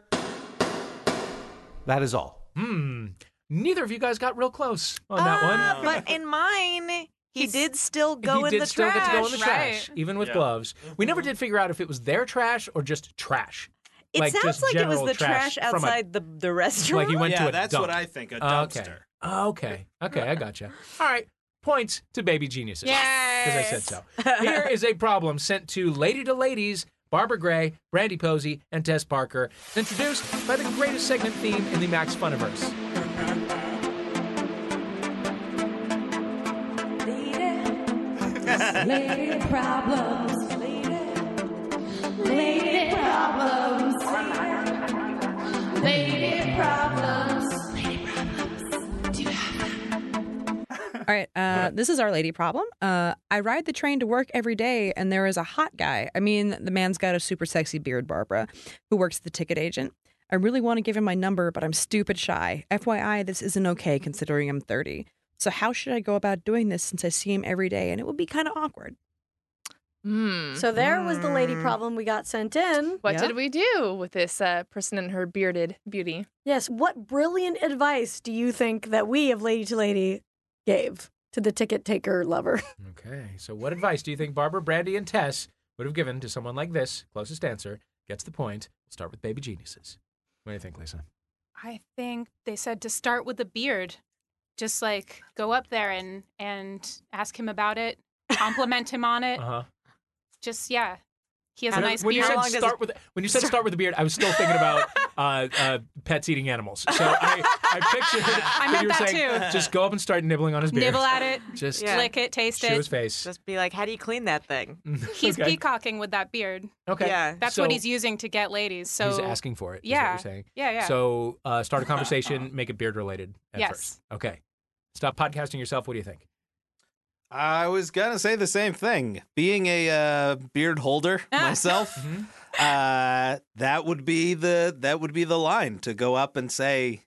Speaker 12: That is all.
Speaker 1: Hmm. Neither of you guys got real close on that one.
Speaker 2: Uh, but in mine, he did still go
Speaker 1: he
Speaker 2: in
Speaker 1: did
Speaker 2: the
Speaker 1: still
Speaker 2: trash. Mm-hmm.
Speaker 1: get to go in the trash, even with gloves. We never did figure out if it was their trash or just trash.
Speaker 2: It sounds
Speaker 1: just
Speaker 2: like it was
Speaker 1: general
Speaker 2: the trash,
Speaker 1: from a-
Speaker 2: outside the, the restaurant.
Speaker 1: Like he went to a
Speaker 3: that's
Speaker 1: dump.
Speaker 3: what I think, a
Speaker 1: Uh, okay.
Speaker 3: dumpster.
Speaker 1: Oh, Okay. Okay, I gotcha. All right. Points to baby geniuses. Because I said so. Here is a problem sent to Lady to Ladies, Barbara Gray, Brandy Posey, and Tess Parker, introduced by the greatest segment theme in the Max Funiverse.
Speaker 13: Lady problems. Lady problems.
Speaker 1: [laughs]
Speaker 13: Lady problems. Lady problems. Do you have
Speaker 14: All right. Uh, this is our lady problem. Uh, I ride the train to work every day, and there is a hot guy. I mean, the man's got a super sexy beard, Barbara, who works at the ticket agent. I really want to give him my number, but I'm stupid shy. FYI, this isn't okay considering I'm 30. So, how should I go about doing this since I see him every day and it would be kind of awkward?
Speaker 15: Hmm.
Speaker 13: So there was the lady problem we got sent in.
Speaker 11: What did we do with this uh, person and her bearded beauty?
Speaker 13: Yes. What brilliant advice do you think that we of Lady to Lady gave to the ticket
Speaker 15: [laughs]
Speaker 13: taker lover?
Speaker 1: Okay. So, what advice do you think Barbara, Brandy, and Tess would have given to someone like this? Closest answer gets the point. Start with baby geniuses. What do you think, Lisa?
Speaker 9: I think they said to start with the beard. Just like go up there and and ask him about it, compliment him on it.
Speaker 1: huh.
Speaker 9: Just yeah, he has a
Speaker 1: Uh-huh. When-
Speaker 9: nice
Speaker 1: when
Speaker 9: beard.
Speaker 1: You said start with, when you said start with the beard, I was still thinking about uh, uh, pets eating animals. So
Speaker 9: [laughs]
Speaker 1: I, I pictured
Speaker 9: I
Speaker 1: that
Speaker 9: meant
Speaker 1: you were
Speaker 9: that
Speaker 1: saying
Speaker 9: too.
Speaker 1: just go up and start nibbling on his beard.
Speaker 9: Nibble at it,
Speaker 1: Just
Speaker 9: lick it, taste
Speaker 1: chew
Speaker 9: it.
Speaker 1: his face.
Speaker 2: Just be like, how do you clean that thing?
Speaker 9: He's
Speaker 1: [laughs] Okay.
Speaker 9: peacocking with that beard.
Speaker 1: Okay. Yeah.
Speaker 9: that's
Speaker 1: So-
Speaker 9: what he's using to get ladies. So
Speaker 1: He's asking for it. is what
Speaker 9: Yeah,
Speaker 1: you're saying.
Speaker 9: yeah, yeah.
Speaker 1: So
Speaker 9: [laughs]
Speaker 1: uh, start a conversation, make it beard related at
Speaker 9: Yes.
Speaker 1: first. Okay. Stop podcasting yourself. What do
Speaker 9: [laughs]
Speaker 1: you think?
Speaker 3: I was gonna say the same thing. Being a uh,
Speaker 2: [laughs]
Speaker 3: beard holder
Speaker 2: Uh-huh.
Speaker 3: myself,
Speaker 2: Mm-hmm.
Speaker 3: uh, that would be the that would be the line to go up and say,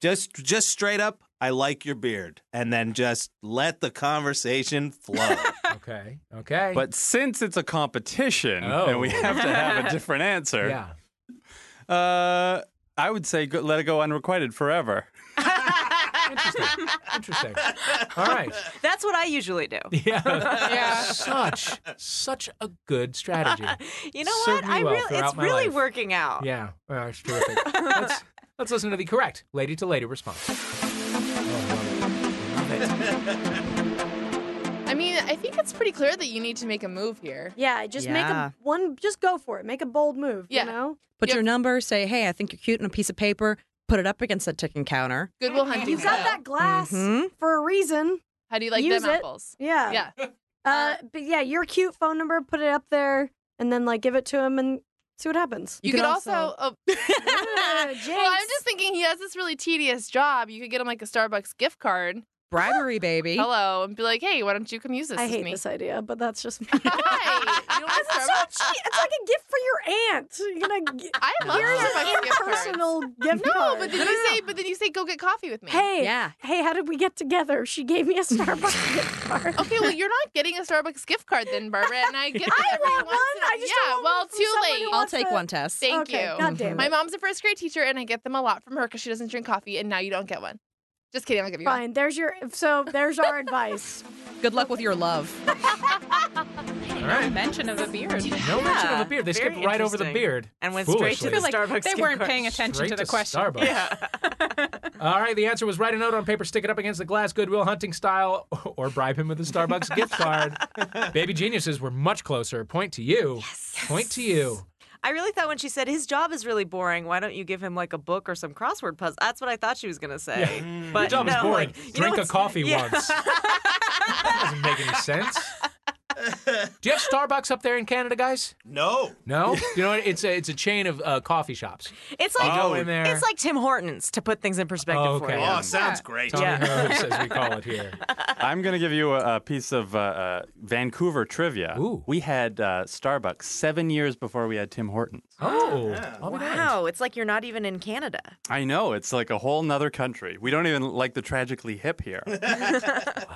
Speaker 3: just just straight up, I like your beard, and then just let the conversation flow.
Speaker 1: okay, okay.
Speaker 8: [laughs] But since it's a competition
Speaker 3: Oh.
Speaker 8: and we have
Speaker 1: [laughs]
Speaker 8: to have a different answer,
Speaker 1: [laughs]
Speaker 8: Uh, I would say go, let it go unrequited forever.
Speaker 1: Interesting. Interesting. All right.
Speaker 2: That's what I usually do.
Speaker 1: [laughs] Yeah. Such such a good strategy.
Speaker 9: [laughs]
Speaker 2: You know what?
Speaker 1: Served me
Speaker 2: I
Speaker 1: well
Speaker 2: really
Speaker 1: throughout
Speaker 2: it's
Speaker 1: my
Speaker 2: really
Speaker 1: life.
Speaker 2: working out.
Speaker 1: Yeah. Well,
Speaker 9: [laughs]
Speaker 1: it's terrific. let's, let's listen to the correct lady to lady response.
Speaker 15: I mean, I think it's pretty clear that you need to make a move here.
Speaker 13: Yeah, just make
Speaker 14: Yeah.
Speaker 13: a one. Just go for it. Make a bold move. You know.
Speaker 14: Put your number, say, hey, I think you're cute on a piece of paper, put it up against that chicken counter.
Speaker 15: Goodwill hunting.
Speaker 13: You've got that glass
Speaker 14: Mhm.
Speaker 13: for a reason.
Speaker 15: How do you like
Speaker 13: Use
Speaker 15: them
Speaker 13: it.
Speaker 15: apples?
Speaker 13: Yeah.
Speaker 15: Yeah.
Speaker 13: Uh, but yeah, your cute phone number. Put it up there, and then like give it to him and see what happens.
Speaker 15: You, could also.
Speaker 13: [laughs]
Speaker 15: oh. [laughs] well, I'm just thinking he has this really tedious job. You could get him like a Starbucks gift card.
Speaker 14: Bribery, baby.
Speaker 15: Hello, and be like, hey, why don't you come use this?
Speaker 13: I
Speaker 15: with
Speaker 13: hate
Speaker 15: me?
Speaker 13: this idea, but that's
Speaker 15: [laughs]
Speaker 13: just [laughs] me.
Speaker 15: Starbucks?
Speaker 13: it's, so cheap. it's like a gift for your aunt. You're
Speaker 15: [laughs]
Speaker 13: gonna. G-
Speaker 15: I love
Speaker 13: Here's
Speaker 15: Starbucks
Speaker 13: an
Speaker 15: gift cards.
Speaker 13: impersonal gift
Speaker 15: No,
Speaker 13: card.
Speaker 15: but then you say, but then you say, go get coffee with me. [laughs]
Speaker 13: Hey, hey, how did we get together? She gave me a Starbucks gift card.
Speaker 15: Okay, well, you're not getting a Starbucks gift card then, Barbara, and I
Speaker 13: [laughs]
Speaker 15: get
Speaker 13: I
Speaker 15: that every
Speaker 13: want
Speaker 15: once in a-
Speaker 13: one. I just
Speaker 15: yeah,
Speaker 13: don't want
Speaker 15: well,
Speaker 13: one from someone who
Speaker 15: too late.
Speaker 13: wants I'll take it. one,
Speaker 14: Tess.
Speaker 15: Thank
Speaker 13: Okay,
Speaker 15: you.
Speaker 13: God damn
Speaker 15: My
Speaker 13: it.
Speaker 15: mom's a first grade teacher, and I get them a lot from her because she doesn't drink coffee, and now you don't get one. Just kidding, I'll give you
Speaker 13: Fine. There's your. So there's our advice.
Speaker 14: Good luck with your love.
Speaker 1: All right.
Speaker 9: mention of a beard.
Speaker 1: No mention of a beard. They skipped right over the beard.
Speaker 2: And
Speaker 9: went
Speaker 2: straight to the
Speaker 1: Foolishly.
Speaker 2: Starbucks
Speaker 9: They
Speaker 2: gift
Speaker 9: weren't
Speaker 2: card.
Speaker 9: paying attention
Speaker 1: Straight
Speaker 9: to the question.
Speaker 1: Starbucks. All right, the answer was write a note on paper, stick it up against the glass, Goodwill hunting style, [laughs] or bribe him with a Starbucks gift card. Baby geniuses were much closer. Point to you. Point to you.
Speaker 2: I really thought when she said his job is really boring, why don't you give him like a book or some crossword puzzle? That's what I thought she was gonna say.
Speaker 1: Yeah. Your
Speaker 2: But
Speaker 1: job
Speaker 2: no,
Speaker 1: is boring.
Speaker 2: like, you know
Speaker 1: Drink a
Speaker 2: what's-
Speaker 1: coffee
Speaker 2: yeah.
Speaker 1: once. Doesn't make any sense. Do you have Starbucks up there in Canada, guys?
Speaker 3: No.
Speaker 1: No. You know what? It's a it's a chain of uh, coffee shops.
Speaker 2: [laughs] It's like Oh,
Speaker 1: You go in there.
Speaker 2: it's like Tim Hortons to put things in perspective
Speaker 1: Oh,
Speaker 2: for
Speaker 1: okay.
Speaker 2: you.
Speaker 1: Oh, sounds
Speaker 3: great.
Speaker 1: Tommy
Speaker 2: Yeah.
Speaker 1: Herbs, as we call it here.
Speaker 8: I'm going to give you a, a piece of uh, uh, Vancouver trivia. We had uh, Starbucks seven years before we had Tim Hortons.
Speaker 1: Oh,
Speaker 2: wow! It's like you're not even in Canada.
Speaker 8: I know. It's like a whole nother country. We don't even like the tragically hip here.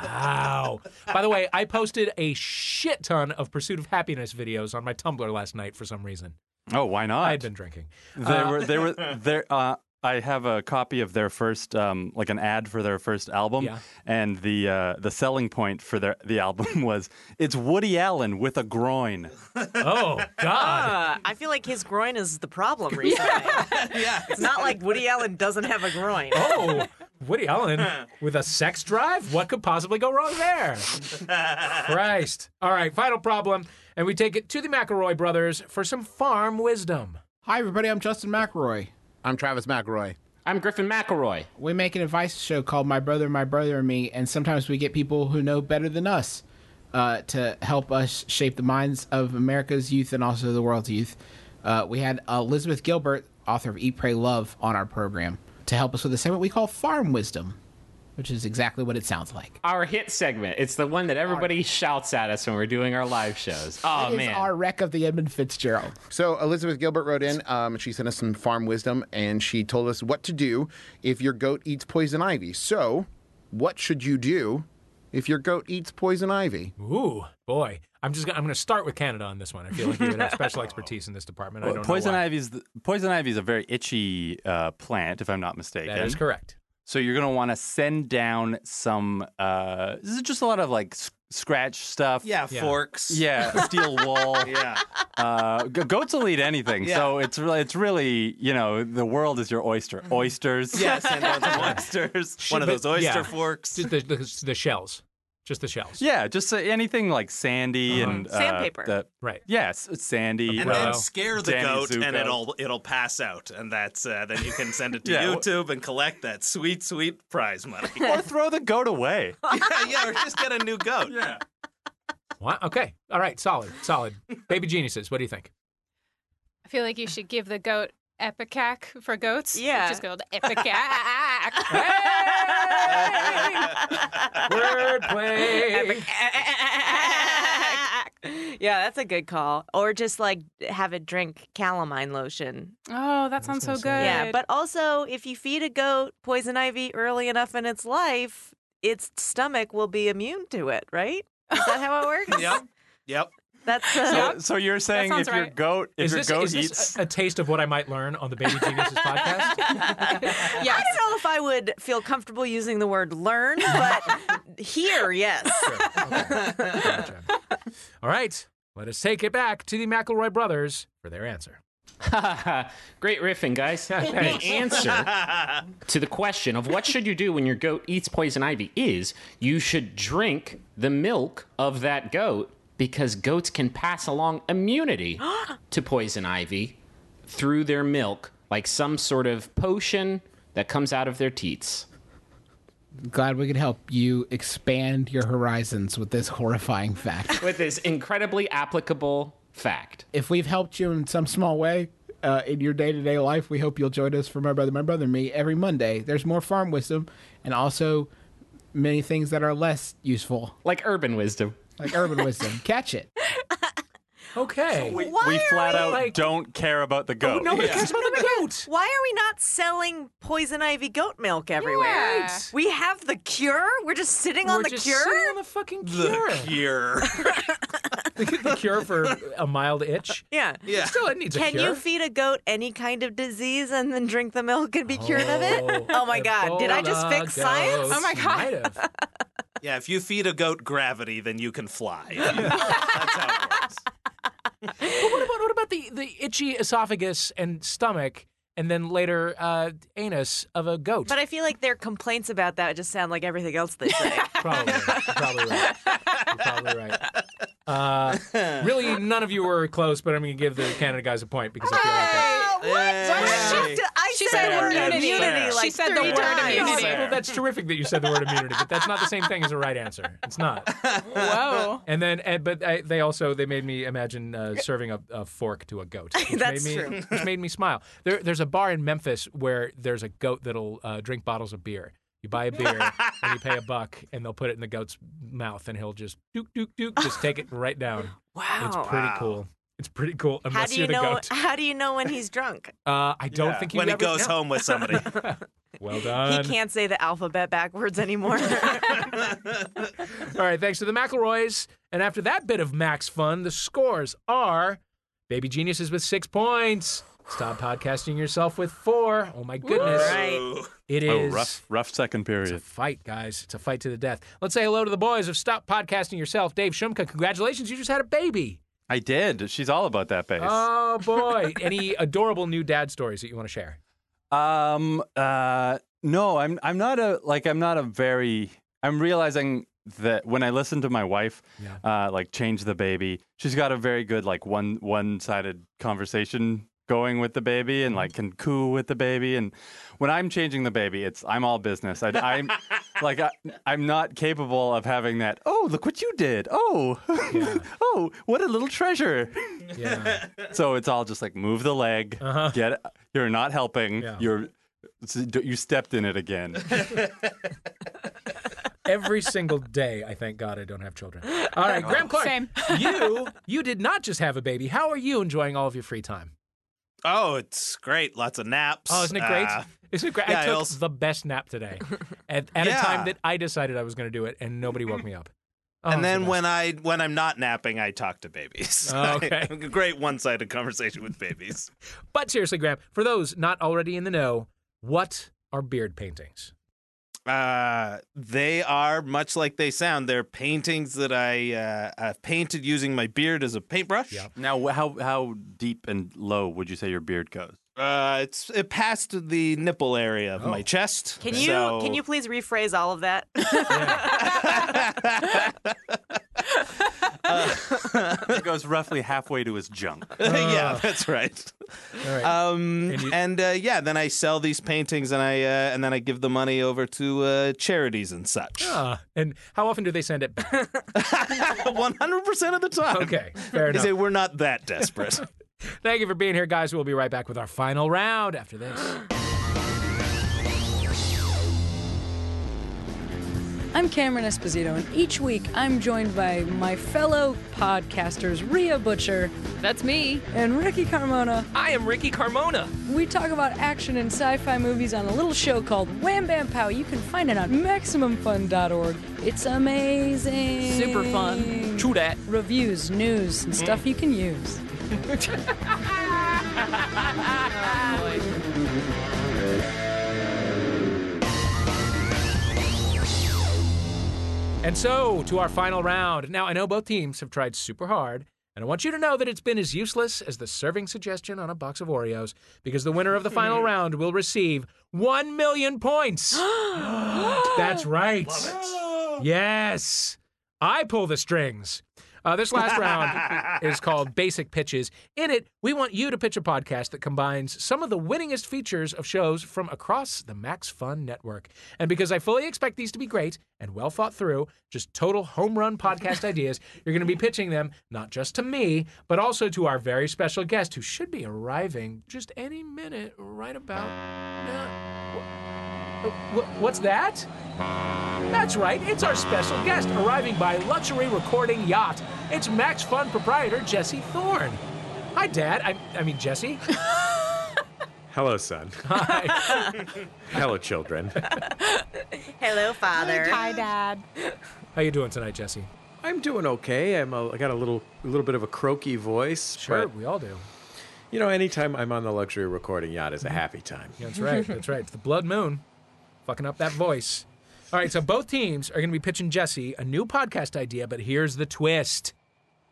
Speaker 1: Wow. By the way, I posted a shit ton of Pursuit of Happiness videos on my Tumblr last night for some reason.
Speaker 8: Oh, why not?
Speaker 1: I'd been drinking.
Speaker 8: They
Speaker 1: Uh,
Speaker 8: were, they were, there. Uh, I have a copy of their first, um, like an ad for their first album,
Speaker 1: Yeah.
Speaker 8: and the uh, the selling point for their the [laughs] album was it's Woody Allen with a groin.
Speaker 2: [laughs]
Speaker 1: Oh
Speaker 2: Ah, I feel like his groin is the
Speaker 1: [laughs]
Speaker 2: problem recently. yeah. It's not like Woody Allen doesn't have a groin.
Speaker 1: Oh, Woody Allen with a sex drive? What could possibly go wrong there? Christ. All right, final problem. And we take it to the McElroy brothers for some farm wisdom.
Speaker 16: Hi, everybody. I'm Justin McElroy. I'm Travis McElroy. I'm Griffin McElroy. We make an advice show called My Brother, My Brother, and Me, and sometimes we get people who know better than us uh, to help us shape the minds of America's youth and also the world's youth. Uh, we had Elizabeth Gilbert, author of Eat, Pray, Love, on our program to help us with a segment we call Farm Wisdom, which is exactly what it sounds like.
Speaker 17: Our hit segment. It's the one that everybody shouts at us when we're doing our live shows. Oh
Speaker 16: It is
Speaker 17: man.
Speaker 16: our wreck of the Edmund Fitzgerald.
Speaker 18: So Elizabeth Gilbert wrote in, um, and she sent us some farm wisdom, and she told us what to do if your goat eats poison ivy. So, what should you do if your goat eats poison ivy?
Speaker 1: Ooh, boy. I'm just gonna, I'm going to start with Canada on this one. I feel like you would have special expertise in this department. I
Speaker 8: Well,
Speaker 1: don't
Speaker 8: poison
Speaker 1: know. why.
Speaker 8: ivy's the, poison ivy is a very itchy uh, plant, if I'm not mistaken.
Speaker 1: That is correct.
Speaker 8: So you're going to want to send down some. Uh, this is just a lot of like s- scratch stuff.
Speaker 3: Yeah, Yeah. forks. [laughs]
Speaker 8: Yeah, steel wool.
Speaker 3: yeah.
Speaker 8: Uh, g- goats will eat anything, so it's really, it's really, you know, the world is your oyster.
Speaker 1: Mm-hmm.
Speaker 8: Oysters.
Speaker 3: Yes, and
Speaker 1: [laughs]
Speaker 3: those
Speaker 8: oysters.
Speaker 3: One of those oyster forks.
Speaker 1: Just the, the, the shells. Just the shells.
Speaker 8: [laughs] Yeah, just uh, anything like sandy and uh,
Speaker 1: Sandpaper.
Speaker 8: the-
Speaker 1: Uh-huh. right.
Speaker 8: Yes, sandy.
Speaker 1: And
Speaker 8: uh,
Speaker 1: then
Speaker 3: Scare the
Speaker 8: Danny
Speaker 3: goat, and
Speaker 8: Zuko.
Speaker 3: it'll it'll pass out, and that's uh, then you can send
Speaker 1: [laughs]
Speaker 3: it to
Speaker 8: Yeah.
Speaker 3: YouTube and collect that sweet, sweet
Speaker 2: [laughs]
Speaker 3: prize money.
Speaker 8: or throw the goat away.
Speaker 3: yeah, [laughs] yeah, or just get a new goat. [laughs]
Speaker 8: Yeah.
Speaker 1: Wow. Okay. All right. Solid. Solid. Baby geniuses. What do you think?
Speaker 9: [laughs] I feel like you should give the goat epicac for goats.
Speaker 2: Yeah.
Speaker 9: Just called
Speaker 2: [laughs]
Speaker 9: epicac.
Speaker 1: Wordplay.
Speaker 2: [laughs] yeah, that's a good call. Or just like have it drink calamine lotion.
Speaker 9: Oh, that sounds so good.
Speaker 2: Yeah, but also if you feed a goat poison ivy early enough in its
Speaker 8: [laughs]
Speaker 2: life, its stomach will be immune to it, right? Is that how it works?
Speaker 3: Yep. Yep.
Speaker 2: That's uh,
Speaker 8: So, so you're saying
Speaker 2: sounds
Speaker 8: if your
Speaker 2: right.
Speaker 8: goat, if
Speaker 1: is
Speaker 8: your
Speaker 1: this,
Speaker 8: goat
Speaker 1: is this
Speaker 8: eats,
Speaker 1: a, a taste of what I might learn on the
Speaker 8: [laughs]
Speaker 1: Baby Geniuses podcast?
Speaker 2: I don't know if I would feel comfortable using the word learn, but
Speaker 8: [laughs]
Speaker 2: here, yes.
Speaker 1: All right, let us take it back to the McElroy brothers for their answer.
Speaker 17: [laughs] Great riffing,
Speaker 1: [laughs]
Speaker 17: guys. [laughs] the
Speaker 1: Thanks.
Speaker 8: [laughs]
Speaker 17: answer to the question of what should you do when your goat eats poison ivy is you should drink the milk of that goat because goats can pass along
Speaker 16: [gasps]
Speaker 17: immunity to poison ivy through their milk like some sort of potion that comes out of their teats.
Speaker 16: Glad we could help you expand your horizons with this horrifying fact.
Speaker 17: With this incredibly applicable fact.
Speaker 16: If we've helped you in some small way uh, in your day to day life, we hope you'll join us for My Brother, My Brother, and Me every Monday. There's more farm wisdom and also many things that are less useful,
Speaker 17: like urban wisdom.
Speaker 16: Like urban wisdom. Catch it.
Speaker 1: Okay.
Speaker 8: we,
Speaker 2: Why
Speaker 8: we
Speaker 2: are
Speaker 8: flat
Speaker 2: we-
Speaker 8: out
Speaker 2: Like- Oh,
Speaker 8: don't care about the
Speaker 1: [laughs]
Speaker 8: goat.
Speaker 2: the goat. Why are we not selling poison ivy goat milk everywhere?
Speaker 1: Yeah. Right.
Speaker 2: We have the cure. We're just sitting on
Speaker 1: We're
Speaker 2: the
Speaker 1: just
Speaker 2: cure.
Speaker 1: sitting on the fucking cure.
Speaker 3: Cure.
Speaker 1: [laughs] the cure for a mild itch.
Speaker 2: Yeah.
Speaker 1: Yeah. Still, it needs a
Speaker 2: Can you
Speaker 1: cure.
Speaker 2: feed a goat any kind of disease and then drink the milk and be cured of it? Oh my God. Did I
Speaker 1: [laughs]
Speaker 2: just fix science? Oh my God.
Speaker 3: Yeah, if you feed a goat gravity, then you can fly.
Speaker 1: But what about what about the, the itchy esophagus and stomach, and then later uh, anus of a goat?
Speaker 2: But I feel like their complaints about that just sound like everything else
Speaker 1: [laughs]
Speaker 2: they say.
Speaker 1: probably, probably right. You're probably right. Uh, really, none of you were close, but I'm going to give the Canada guys a point because I feel like that.
Speaker 2: What? I
Speaker 1: She
Speaker 2: said
Speaker 1: said
Speaker 2: the word
Speaker 1: immunity.
Speaker 2: immunity.
Speaker 1: Fair.
Speaker 2: Like
Speaker 1: She
Speaker 14: said the
Speaker 2: three
Speaker 14: word
Speaker 5: Ah,
Speaker 2: times.
Speaker 14: immunity.
Speaker 1: Well,
Speaker 2: [laughs]
Speaker 1: that's terrific that you said the word immunity, but that's not the same thing as a right answer. It's not.
Speaker 14: Whoa.
Speaker 1: And then, and, but I, they also they made me imagine uh, serving a, a fork to a
Speaker 2: [laughs]
Speaker 1: goat. Which
Speaker 14: That's
Speaker 1: made me,
Speaker 14: true.
Speaker 1: Which made me smile. There, there's a bar in Memphis where there's a goat that'll uh, drink bottles of beer. You buy a
Speaker 2: [laughs]
Speaker 1: beer and you pay a buck, and they'll put it in the goat's mouth, and he'll just dook dook dook,
Speaker 2: [laughs]
Speaker 1: just take it right down.
Speaker 2: Wow.
Speaker 1: it's pretty
Speaker 2: Wow.
Speaker 1: cool. It's pretty cool. Unless
Speaker 2: How do you
Speaker 1: are the
Speaker 2: know?
Speaker 1: goat.
Speaker 2: How do you know when he's drunk?
Speaker 1: Uh, I don't
Speaker 3: Yeah,
Speaker 1: think you
Speaker 3: when he
Speaker 1: ever
Speaker 3: goes
Speaker 1: know.
Speaker 3: home with
Speaker 2: [laughs]
Speaker 3: somebody.
Speaker 1: [laughs] well
Speaker 2: He
Speaker 1: done.
Speaker 2: can't say the alphabet
Speaker 1: [laughs]
Speaker 2: backwards anymore.
Speaker 1: All right, thanks to the McElroys. And after that bit of Max fun, the scores are Baby Geniuses with six points. Stop podcasting yourself with four. Oh my goodness. It
Speaker 8: Oh,
Speaker 1: is
Speaker 8: rough, rough second period.
Speaker 1: fight, guys. It's a fight to the death. Let's say hello to the boys of Stop Podcasting Yourself. Dave Shumka, congratulations. You just had a baby.
Speaker 8: I did. She's all about that bass.
Speaker 1: Oh boy. Any adorable new dad stories that you want to share?
Speaker 8: Um. Uh. No, I'm. I'm not a like. I'm not a very. I'm realizing that when I listen to my wife, uh, like change the baby, she's got a very good like one one sided conversation going with the baby and like can coo with the baby and when i'm changing the baby it's i'm all business I, [laughs] i'm like I, i'm not capable of having that oh look what you did oh [laughs] oh what a little treasure
Speaker 1: Yeah.
Speaker 8: so it's all just like move the leg, get. You're not helping. You're you stepped in it [laughs] again.
Speaker 1: Every single day, I thank God I don't have children. All right, Graham Clark,
Speaker 9: Same.
Speaker 1: you you did not just have a baby. How are you enjoying all of your free time?
Speaker 3: oh, it's great. Lots of naps.
Speaker 1: Oh, isn't it great?
Speaker 3: Uh,
Speaker 1: isn't it great?
Speaker 3: yeah,
Speaker 1: I
Speaker 3: I
Speaker 1: took
Speaker 3: also-
Speaker 1: the best nap
Speaker 3: [laughs]
Speaker 1: today at, at a
Speaker 3: Yeah.
Speaker 1: time that I decided I was going to do it, and nobody woke me up. Oh,
Speaker 3: [laughs] and
Speaker 1: it's
Speaker 3: then
Speaker 1: the
Speaker 3: when I when I'm not napping, I talk to babies.
Speaker 1: Oh, okay.
Speaker 3: A [laughs] great one-sided conversation with babies.
Speaker 1: best. But seriously, Graham, for those not already in the know, what are beard paintings?
Speaker 3: Uh, they are much like they sound. They're paintings that I uh, I've painted using my beard as a paintbrush.
Speaker 8: Now, wh- how how deep and low would you say your beard goes?
Speaker 3: Uh, it's it passed the nipple area of my chest.
Speaker 2: Can you
Speaker 3: so-
Speaker 2: can you please rephrase all
Speaker 1: [laughs]
Speaker 2: of that?
Speaker 8: [laughs]
Speaker 2: [laughs]
Speaker 8: it goes roughly halfway to his [laughs] junk.
Speaker 3: yeah, that's right. Um, and, uh, yeah, then I sell these paintings and I uh, and then I give the money over to uh, charities and such.
Speaker 1: Ah, and how often do they send it back?
Speaker 3: [laughs] One hundred percent of the time.
Speaker 1: Okay, fair
Speaker 3: They
Speaker 1: enough.
Speaker 3: say we're not that desperate.
Speaker 1: [laughs] Thank you for being here, guys. We'll be right back with our final round after this.
Speaker 7: I'm Cameron Esposito, and each week I'm joined by my fellow podcasters, Rhea Butcher. That's me. And Ricky Carmona.
Speaker 19: I am Ricky Carmona.
Speaker 7: We talk about action and sci fi movies on a little show called Wham Bam Pow. You can find it on MaximumFun.org. It's amazing.
Speaker 19: Super fun. True that. Mm-hmm.
Speaker 7: Reviews, news, and stuff you
Speaker 19: [laughs]
Speaker 7: can use.
Speaker 1: And so to our final round. Now, I know both teams have tried super hard, and I want you to know that it's been as useless as the serving suggestion on a box of Oreos because the winner of the final round will receive 1 million points. That's right. Yes. I pull the strings. Uh, this last round is called Basic Pitches. In it, we want you to pitch a podcast that combines some of the winningest features of shows from across the Max Fun Network. And because I fully expect these to be great and well thought through, just total home run podcast [laughs] ideas, you're going to be pitching them not just to me, but also to our very special guest who should be arriving just any minute right about now. Wh- Oh, wh- What's that? That's right, it's our special guest arriving by luxury recording yacht. It's Max Fun proprietor Jesse Thorne. Hi, Dad. I, I mean, Jesse. [laughs]
Speaker 20: Hello, son. [laughs] Hello, children.
Speaker 2: Hello, Father.
Speaker 9: Hi, Dad.
Speaker 1: How you doing tonight, Jesse?
Speaker 20: I'm doing okay. I'm a, I got a little a little bit of a croaky voice.
Speaker 1: Sure,
Speaker 20: but,
Speaker 1: we all do.
Speaker 20: you know, anytime I'm on the luxury recording yacht is a happy time.
Speaker 1: Mm-hmm. Yeah, that's right. That's right. It's the Blood Moon, fucking up that voice. All right, so both teams are going to be pitching Jesse a new podcast idea, but here's the twist.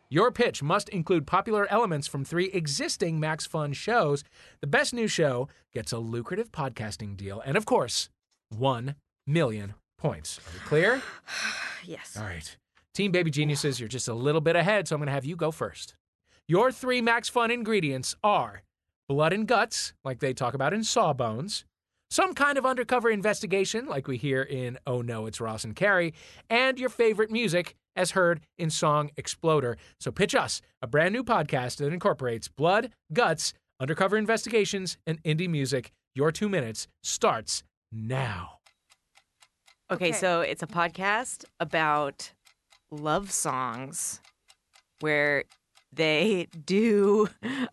Speaker 1: Your pitch must include popular elements from three existing Max Fun shows. The best new show gets a lucrative podcasting deal, and of course, one million points. Are we clear? [sighs]
Speaker 2: yes.
Speaker 1: All right. Team Baby Geniuses, you're just a little bit ahead, so I'm going to have you go first. Your three Max Fun ingredients are blood and guts, like they talk about in Sawbones, some kind of undercover investigation, like we hear in Oh No, It's Ross and Carrie, and your favorite music, as heard in Song Exploder. So pitch us a brand new podcast that incorporates blood, guts, undercover investigations, and indie music. Your two minutes starts now.
Speaker 2: Okay, so it's a podcast about love songs where they do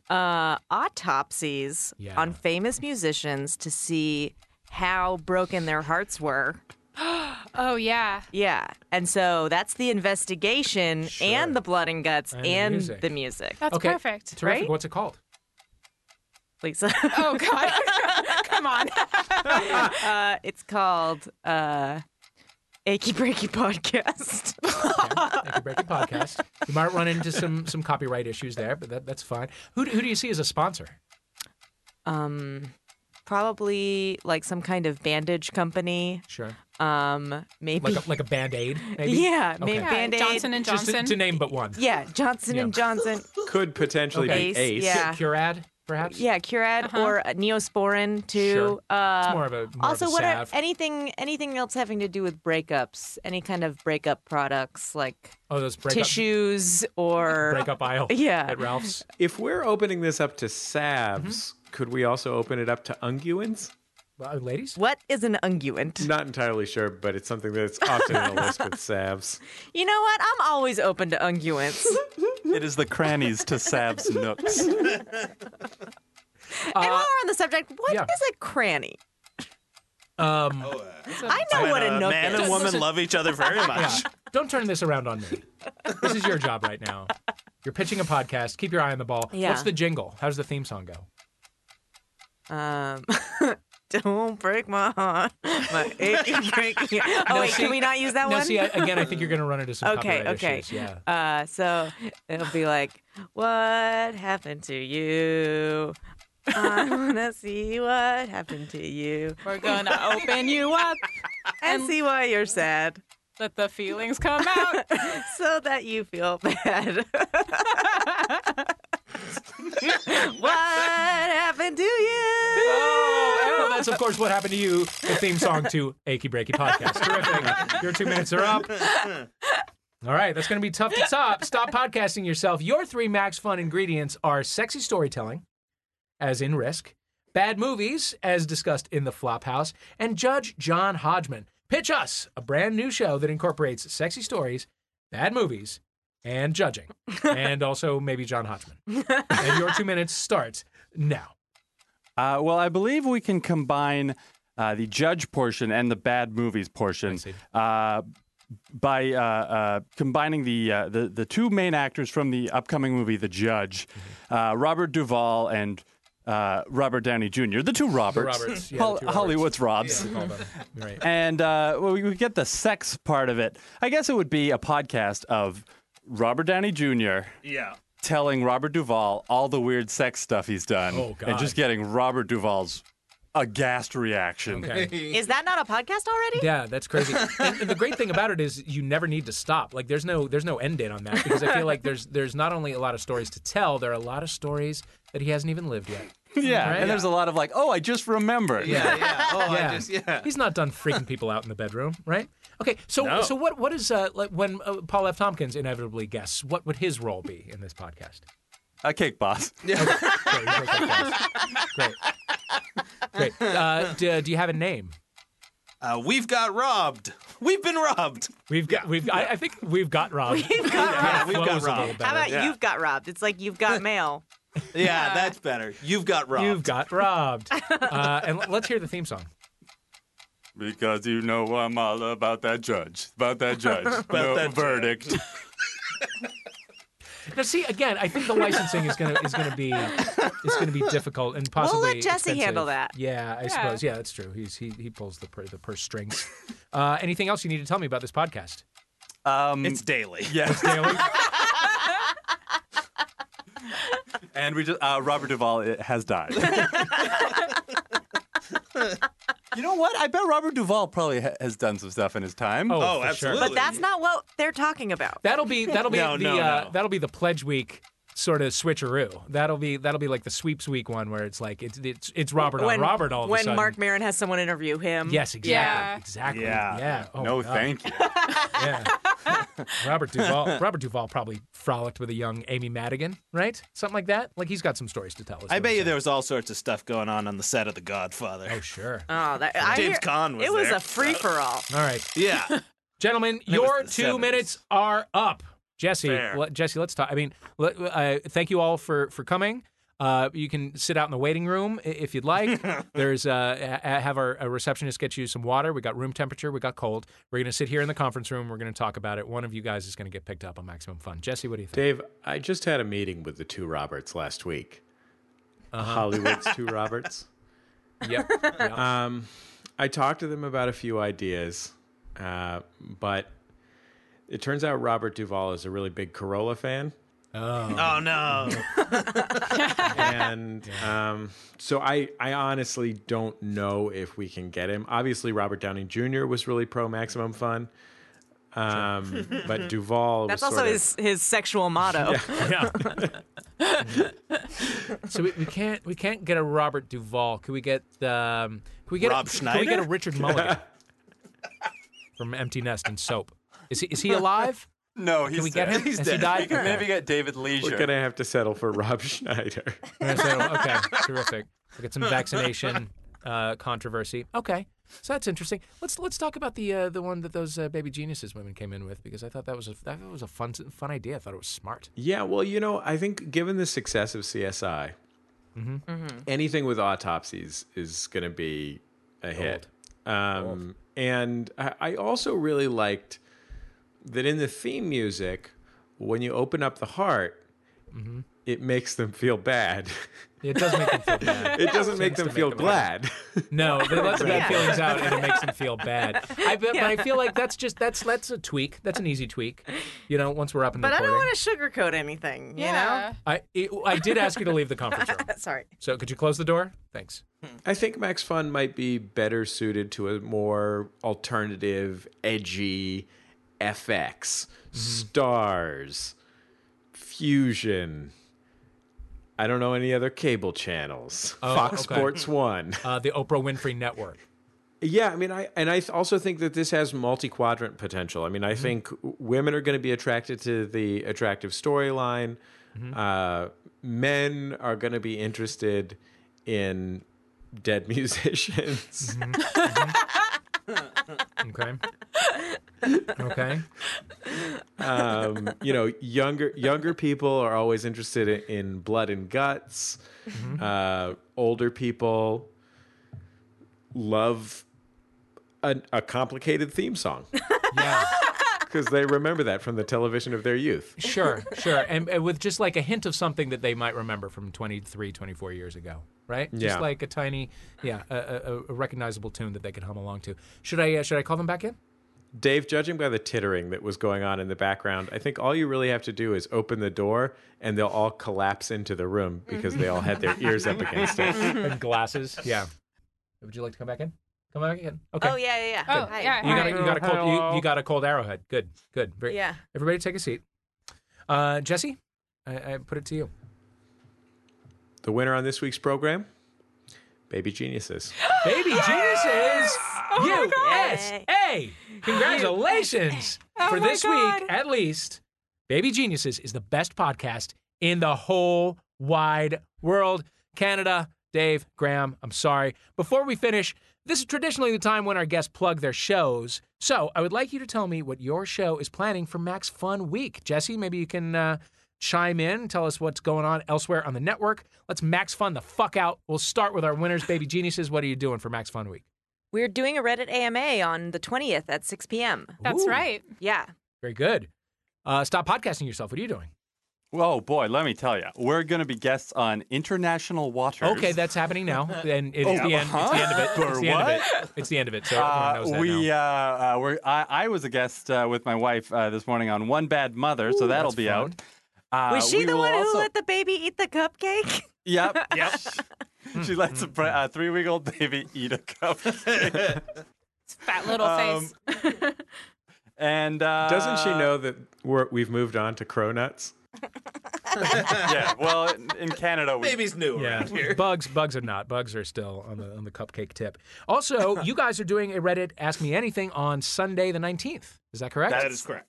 Speaker 2: uh, autopsies
Speaker 1: Yeah.
Speaker 2: on famous musicians to see how broken their hearts were.
Speaker 9: [gasps] Oh, yeah.
Speaker 2: Yeah. And so that's the investigation and the blood and guts
Speaker 1: And
Speaker 2: and,
Speaker 1: the music.
Speaker 2: the music.
Speaker 9: That's Okay, perfect.
Speaker 1: Terrific.
Speaker 2: Right?
Speaker 1: What's it called?
Speaker 2: Lisa.
Speaker 9: Oh,
Speaker 2: [laughs]
Speaker 9: God. Come on.
Speaker 2: uh, it's called uh, Achy Breaky Podcast.
Speaker 1: Breaking Podcast. You might run into some some copyright issues there, but that, that's fine. Who, do- who do you see as a sponsor?
Speaker 2: um, probably like some kind of bandage company.
Speaker 1: Sure.
Speaker 2: Um, maybe
Speaker 1: Like a, like a Band Aid, maybe?
Speaker 2: Yeah, maybe
Speaker 1: Okay.
Speaker 2: Band-Aid.
Speaker 1: Just to, to name but one.
Speaker 2: Yeah, Johnson
Speaker 1: Yeah.
Speaker 2: and Johnson.
Speaker 20: Could potentially
Speaker 2: Ace,
Speaker 20: be Ace.
Speaker 2: yeah. Cu-
Speaker 1: Curad, perhaps?
Speaker 2: Yeah, Curad or uh, Neosporin too.
Speaker 20: Sure.
Speaker 2: Uh,
Speaker 1: It's more of a- more of
Speaker 2: also
Speaker 1: a
Speaker 2: what are-
Speaker 1: salve.
Speaker 2: anything anything else having to do with breakups? Any kind of breakup products like
Speaker 1: Oh, those breakup-
Speaker 2: tissues
Speaker 1: [laughs]
Speaker 2: or
Speaker 1: Breakup aisle
Speaker 2: [laughs] Yeah,
Speaker 1: at Ralph's. Mm-hmm.
Speaker 20: If we're opening this up to salves, could we also open it up to unguents?
Speaker 1: uh, ladies?
Speaker 2: What is an unguent?
Speaker 20: Not entirely sure, but it's something that's
Speaker 2: [laughs]
Speaker 20: often on the list with salves.
Speaker 2: You know what? I'm always open to unguents.
Speaker 8: It is the crannies to Sab's nooks.
Speaker 2: and
Speaker 1: Uh,
Speaker 2: while we're on the subject, what is a cranny? [laughs]
Speaker 1: Um,
Speaker 2: I know what a nook
Speaker 3: Oh, uh, man
Speaker 2: is.
Speaker 3: and woman love each other very much.
Speaker 1: Yeah. Don't turn this around on me. This is your job right now. You're pitching a podcast. Keep your eye on the ball.
Speaker 2: Yeah.
Speaker 1: What's the jingle? How does the theme song go?
Speaker 3: [laughs]
Speaker 2: [laughs] Um, don't break my heart. My [laughs] achy breaky. Oh
Speaker 1: No,
Speaker 2: wait,
Speaker 1: see-
Speaker 2: can we not use that
Speaker 1: no,
Speaker 2: one?
Speaker 1: see, I- again, I think
Speaker 2: [laughs]
Speaker 1: you're going to run into some
Speaker 2: okay,
Speaker 1: copyright
Speaker 2: okay.
Speaker 1: issues. Yeah.
Speaker 2: Uh, so it'll be like, what happened to you?
Speaker 1: [laughs]
Speaker 2: I wanna see what happened to you.
Speaker 11: We're gonna open you up
Speaker 2: [laughs] and see why you're sad.
Speaker 11: Let the feelings come out.
Speaker 2: [laughs] so that you feel bad. [laughs] what happened to you?
Speaker 1: Oh, that's of course what happened to you. The theme song to Achy Breaky Podcast. Terrific. Your two minutes are up. [laughs] All right, that's going to be tough to top. Stop podcasting yourself. Your three max fun ingredients are sexy storytelling, as in Risk, bad movies, as discussed in the Flophouse, and Judge John Hodgman. Pitch us a brand new show that incorporates sexy stories, bad movies, and judging, and also maybe John Hodgman. and your two minutes starts now.
Speaker 8: Uh, well, I believe we can combine uh, the judge portion and the bad movies portion uh, by uh, uh, combining the, uh, the the two main actors from the upcoming movie, The Judge,
Speaker 1: Mm-hmm.
Speaker 8: uh, Robert Duvall and uh, Robert Downey Jr., the two Roberts,
Speaker 1: Roberts, yeah, the
Speaker 8: Hol-
Speaker 1: two Roberts.
Speaker 8: Hollywood's Robs.
Speaker 1: Yeah, we call them. Right.
Speaker 8: And uh, well, we would get the sex part of it. I guess it would be a podcast of Robert Downey Jr.
Speaker 19: Yeah.
Speaker 8: telling Robert Duvall all the weird sex stuff he's done,
Speaker 1: Oh,
Speaker 8: and
Speaker 1: God.
Speaker 8: just getting Robert Duvall's aghast
Speaker 11: [laughs]
Speaker 8: reaction.
Speaker 2: Is that not a podcast already?
Speaker 1: Yeah, that's crazy. and, and the great thing about it is you never need to stop. Like there's no there's no end date on that because I feel like there's there's not only a lot of stories to tell, there are a lot of stories that he hasn't even lived yet.
Speaker 8: [laughs] Yeah,
Speaker 1: Right?
Speaker 8: and there's a lot of like, oh, I just remembered.
Speaker 1: Yeah,
Speaker 8: [laughs]
Speaker 1: yeah.
Speaker 3: Oh,
Speaker 1: yeah.
Speaker 3: I just yeah.
Speaker 1: He's not done freaking people out in the bedroom, right? Okay, so
Speaker 3: No.
Speaker 1: so what what is uh, like when uh, Paul F. Tompkins inevitably guests, what would his role be [laughs] in this podcast?
Speaker 8: A cake
Speaker 3: [laughs]
Speaker 8: boss.
Speaker 1: Great. Uh, do, do you have a name?
Speaker 3: Uh, we've got robbed. We've been robbed.
Speaker 1: We've got. We've. I, I think we've got robbed.
Speaker 2: We've got robbed.
Speaker 3: we've got
Speaker 1: Flows a little
Speaker 3: robbed.
Speaker 1: better.
Speaker 2: How about
Speaker 1: Yeah.
Speaker 2: you've got robbed? It's like you've
Speaker 1: [laughs]
Speaker 2: got mail.
Speaker 3: Yeah, that's better. You've got robbed.
Speaker 1: You've got
Speaker 2: [laughs]
Speaker 1: robbed. uh, and l- let's hear the theme song.
Speaker 8: Because you know I'm all about that judge,
Speaker 1: [laughs]
Speaker 8: about that judge,
Speaker 1: About
Speaker 8: no
Speaker 1: that
Speaker 8: verdict.
Speaker 1: [laughs] Now, see again. I think the licensing is gonna is gonna be is gonna
Speaker 2: [laughs]
Speaker 1: be difficult and possibly.
Speaker 2: let Jesse
Speaker 1: expensive.
Speaker 2: handle that.
Speaker 1: Yeah, I
Speaker 2: Yeah.
Speaker 1: suppose. Yeah, that's true. He's he he pulls the per, the purse strings. [laughs] Uh, anything else you need to tell me about this podcast?
Speaker 8: Um,
Speaker 3: it's daily.
Speaker 8: [laughs] Yeah,
Speaker 1: it's daily.
Speaker 8: and we just uh, Robert Duvall it
Speaker 1: [laughs]
Speaker 8: has died. you know what? I bet Robert Duvall probably ha- has done some stuff in his time.
Speaker 1: Oh, Oh, for sure.
Speaker 2: But that's not what they're talking about.
Speaker 1: That'll be that'll be
Speaker 8: No,
Speaker 1: the
Speaker 8: no,
Speaker 1: uh,
Speaker 8: no.
Speaker 1: that'll be the pledge week sort of switcheroo. That'll be that'll be like the sweeps week one where it's like it's it's, it's Robert
Speaker 2: when,
Speaker 1: on Robert all of
Speaker 2: when
Speaker 1: a sudden.
Speaker 2: Mark Maron has someone interview him.
Speaker 1: Yes, exactly, exactly. Yeah, Oh,
Speaker 8: no,
Speaker 1: my God.
Speaker 8: thank
Speaker 1: [laughs]
Speaker 8: you. [laughs]
Speaker 1: Robert Duvall. Robert Duvall probably frolicked with a young Amy Madigan, right? Something like that. Like he's got some stories to tell us.
Speaker 3: I bet you there was all sorts of stuff going on on the set of The Godfather. Oh
Speaker 1: sure.
Speaker 2: Oh, that, I
Speaker 3: James
Speaker 2: hear-
Speaker 3: Caan was
Speaker 2: It was
Speaker 3: there.
Speaker 2: a free for all.
Speaker 1: All right.
Speaker 3: Yeah.
Speaker 1: [laughs] Gentlemen,
Speaker 3: it was
Speaker 1: your
Speaker 3: the
Speaker 1: two
Speaker 3: 70s.
Speaker 1: minutes are up. Jesse,
Speaker 3: Fair.
Speaker 1: let, Jesse, let's talk. I mean, let, uh, thank you all for for coming. Uh, you can sit out in the waiting room i- if you'd
Speaker 3: [laughs]
Speaker 1: like. There's uh, ha- have our a receptionist get you some water. We got room temperature. We got cold. We're gonna sit here in the conference room. We're gonna talk about it. One of you guys is gonna get picked up on Maximum Fun. Jesse, what do you think?
Speaker 20: Dave, I just had a meeting with the two Roberts last week. Hollywood's two Roberts.
Speaker 1: Uh-huh. [laughs] Yep.
Speaker 20: Um, I talked to them about a few ideas, uh, but it turns out Robert Duvall is a really big Corolla fan.
Speaker 3: Oh no. [laughs]
Speaker 2: Oh. [laughs]
Speaker 20: and um, so I, I honestly don't know if we can get him. Obviously, Robert Downey Jr. was really pro Maximum Fun, um,
Speaker 1: [laughs]
Speaker 20: but Duvall.
Speaker 2: That's
Speaker 20: was
Speaker 2: also
Speaker 20: sort of-
Speaker 2: his his sexual motto.
Speaker 1: [laughs] so we, we can't we can't get a Robert Duvall. Could we get um, could we get
Speaker 3: Rob
Speaker 1: a, Can we get a
Speaker 3: Schneider? [laughs]
Speaker 1: Richard Mulligan from Empty Nest and Soap? Is he is he
Speaker 3: [laughs]
Speaker 1: alive?
Speaker 8: [laughs] No, he's
Speaker 1: we
Speaker 8: dead.
Speaker 1: get him?
Speaker 8: He's
Speaker 1: Has he
Speaker 8: dead.
Speaker 1: died?
Speaker 8: [laughs] Maybe get David Leisure. [laughs]
Speaker 20: We're gonna have to settle for [laughs] Rob Schneider.
Speaker 1: And so, okay, terrific. We get some vaccination uh, controversy. Okay, so that's interesting. Let's let's talk about the uh, the one that those uh, baby geniuses women came in with because I thought that was a that was a fun fun idea. I thought it was smart.
Speaker 20: Yeah, well, you know, I think given the success of CSI, Mm-hmm. anything with autopsies is going to be a hit. Um, and I, I also really liked that in the theme music, when you open up the heart, it makes them feel bad. [laughs]
Speaker 1: It does make them feel bad.
Speaker 20: it doesn't make
Speaker 1: Seems
Speaker 20: them
Speaker 1: to
Speaker 20: feel
Speaker 1: them
Speaker 20: glad.
Speaker 1: [laughs] No, they let the bad
Speaker 20: [laughs] Yeah.
Speaker 1: feelings out and it makes them feel bad. I, but, but I feel like that's just that's that's a tweak. That's an easy tweak. You know, once we're up in the
Speaker 2: [laughs] But I don't
Speaker 1: recording.
Speaker 2: want to sugarcoat anything.
Speaker 9: Yeah.
Speaker 1: I it, I did ask you to leave the
Speaker 2: [laughs]
Speaker 1: conference room.
Speaker 2: You know. Sorry.
Speaker 1: So could you close the door? Thanks.
Speaker 20: I think Max Fun might be better suited to a more alternative, edgy FX,
Speaker 1: Mm-hmm.
Speaker 20: stars, fusion. I don't know any other cable channels.
Speaker 1: Oh,
Speaker 20: Fox
Speaker 1: okay.
Speaker 20: Sports 1.
Speaker 1: Uh, the Oprah Winfrey Network.
Speaker 20: Yeah, I mean, I and I th- also think that this has multi-quadrant potential. I mean, I think women are going to be attracted to the attractive storyline. Uh, men are going to be interested [laughs]
Speaker 1: [laughs]
Speaker 20: in dead musicians.
Speaker 1: Mm-hmm. Okay.
Speaker 20: [laughs]
Speaker 1: okay.
Speaker 20: um, you know, younger younger people are always interested in, in blood and guts.
Speaker 1: Mm-hmm.
Speaker 20: Uh, older people love a, a complicated theme song. Yeah. [laughs] Because they remember that from the television of their youth. [laughs]
Speaker 1: Sure, sure. And, and with just like a hint of something that they might remember from 23, 24 years ago, right?
Speaker 20: Yeah.
Speaker 1: Just like a tiny, yeah, a, a, a recognizable tune that they can hum along to. Should I uh, should I call them back in?
Speaker 20: Dave, judging by the tittering that was going on in the background, I think all you really have to do is open the door and they'll all collapse into the room because they all had their ears up
Speaker 2: [laughs]
Speaker 20: against it.
Speaker 1: [laughs] and
Speaker 20: [laughs]
Speaker 1: glasses. Yeah. Would you like to come back in? Come back in. Okay.
Speaker 2: Oh yeah, yeah, yeah.
Speaker 1: Good.
Speaker 2: Hi.
Speaker 1: You got, a, you got a cold.
Speaker 2: Hello.
Speaker 1: You, you got a cold arrowhead. Good. Good. Very-
Speaker 2: Yeah.
Speaker 1: Everybody, take a seat. Uh, Jesse, I, I put it to you.
Speaker 20: The winner on this week's program, Baby [gasps] Geniuses.
Speaker 1: Baby [gasps]
Speaker 2: [gasps]
Speaker 1: geniuses.
Speaker 2: Oh
Speaker 1: USA. Congratulations
Speaker 4: Oh
Speaker 1: for
Speaker 4: my
Speaker 1: this
Speaker 4: God.
Speaker 1: week, at least. Baby Geniuses is the best podcast in the whole wide world. Canada, Dave, Graham, I'm sorry. Before we finish, this is traditionally the time when our guests plug their shows. So I would like you to tell me what your show is planning for Max Fun Week. Jesse, maybe you can uh, chime in, tell us what's going on elsewhere on the network. Let's Max Fun the fuck out. We'll start with our winners, Baby Geniuses. What are you doing for Max Fun Week?
Speaker 2: We're doing a Reddit AMA on the 20th at 6 p.m.
Speaker 1: That's Ooh.
Speaker 2: right. Yeah.
Speaker 1: Very good. Uh, stop podcasting yourself. What are you doing?
Speaker 8: Whoa, boy, let me tell you, we're going to be guests on international waters.
Speaker 1: Okay, that's happening
Speaker 8: [laughs]
Speaker 1: now, and it's
Speaker 8: Oh,
Speaker 1: the end. It's the end of it.
Speaker 8: huh?
Speaker 1: It's the end of it.
Speaker 8: [laughs] For what?
Speaker 1: It's the end of it. So
Speaker 8: Uh,
Speaker 1: everyone knows that now.
Speaker 8: we uh, uh, we're, I, I was a guest uh, with my wife uh, this morning on One Bad Mother, so
Speaker 2: Ooh,
Speaker 8: that'll
Speaker 2: that's
Speaker 8: be
Speaker 2: fun.
Speaker 8: out. Uh,
Speaker 2: Was she
Speaker 8: we
Speaker 2: the
Speaker 8: will
Speaker 2: one who
Speaker 8: also-
Speaker 2: let the baby eat the cupcake? [laughs]
Speaker 1: [laughs]
Speaker 8: Yep, yep. [laughs] she lets
Speaker 9: Mm-hmm.
Speaker 8: a pre- uh, three-week-old baby eat a cupcake.
Speaker 9: Fat little
Speaker 8: Um,
Speaker 9: face. [laughs]
Speaker 8: and uh,
Speaker 20: Doesn't she know that we're, we've moved on to Cronuts?
Speaker 8: [laughs] yeah. Well, in- in Canada, we,
Speaker 1: Baby's
Speaker 8: new
Speaker 1: Bugs, bugs are not. Bugs are still on the on the cupcake tip.
Speaker 20: [laughs]
Speaker 1: Also, you guys are doing a Reddit Ask Me Anything on Sunday the nineteenth. Is that correct?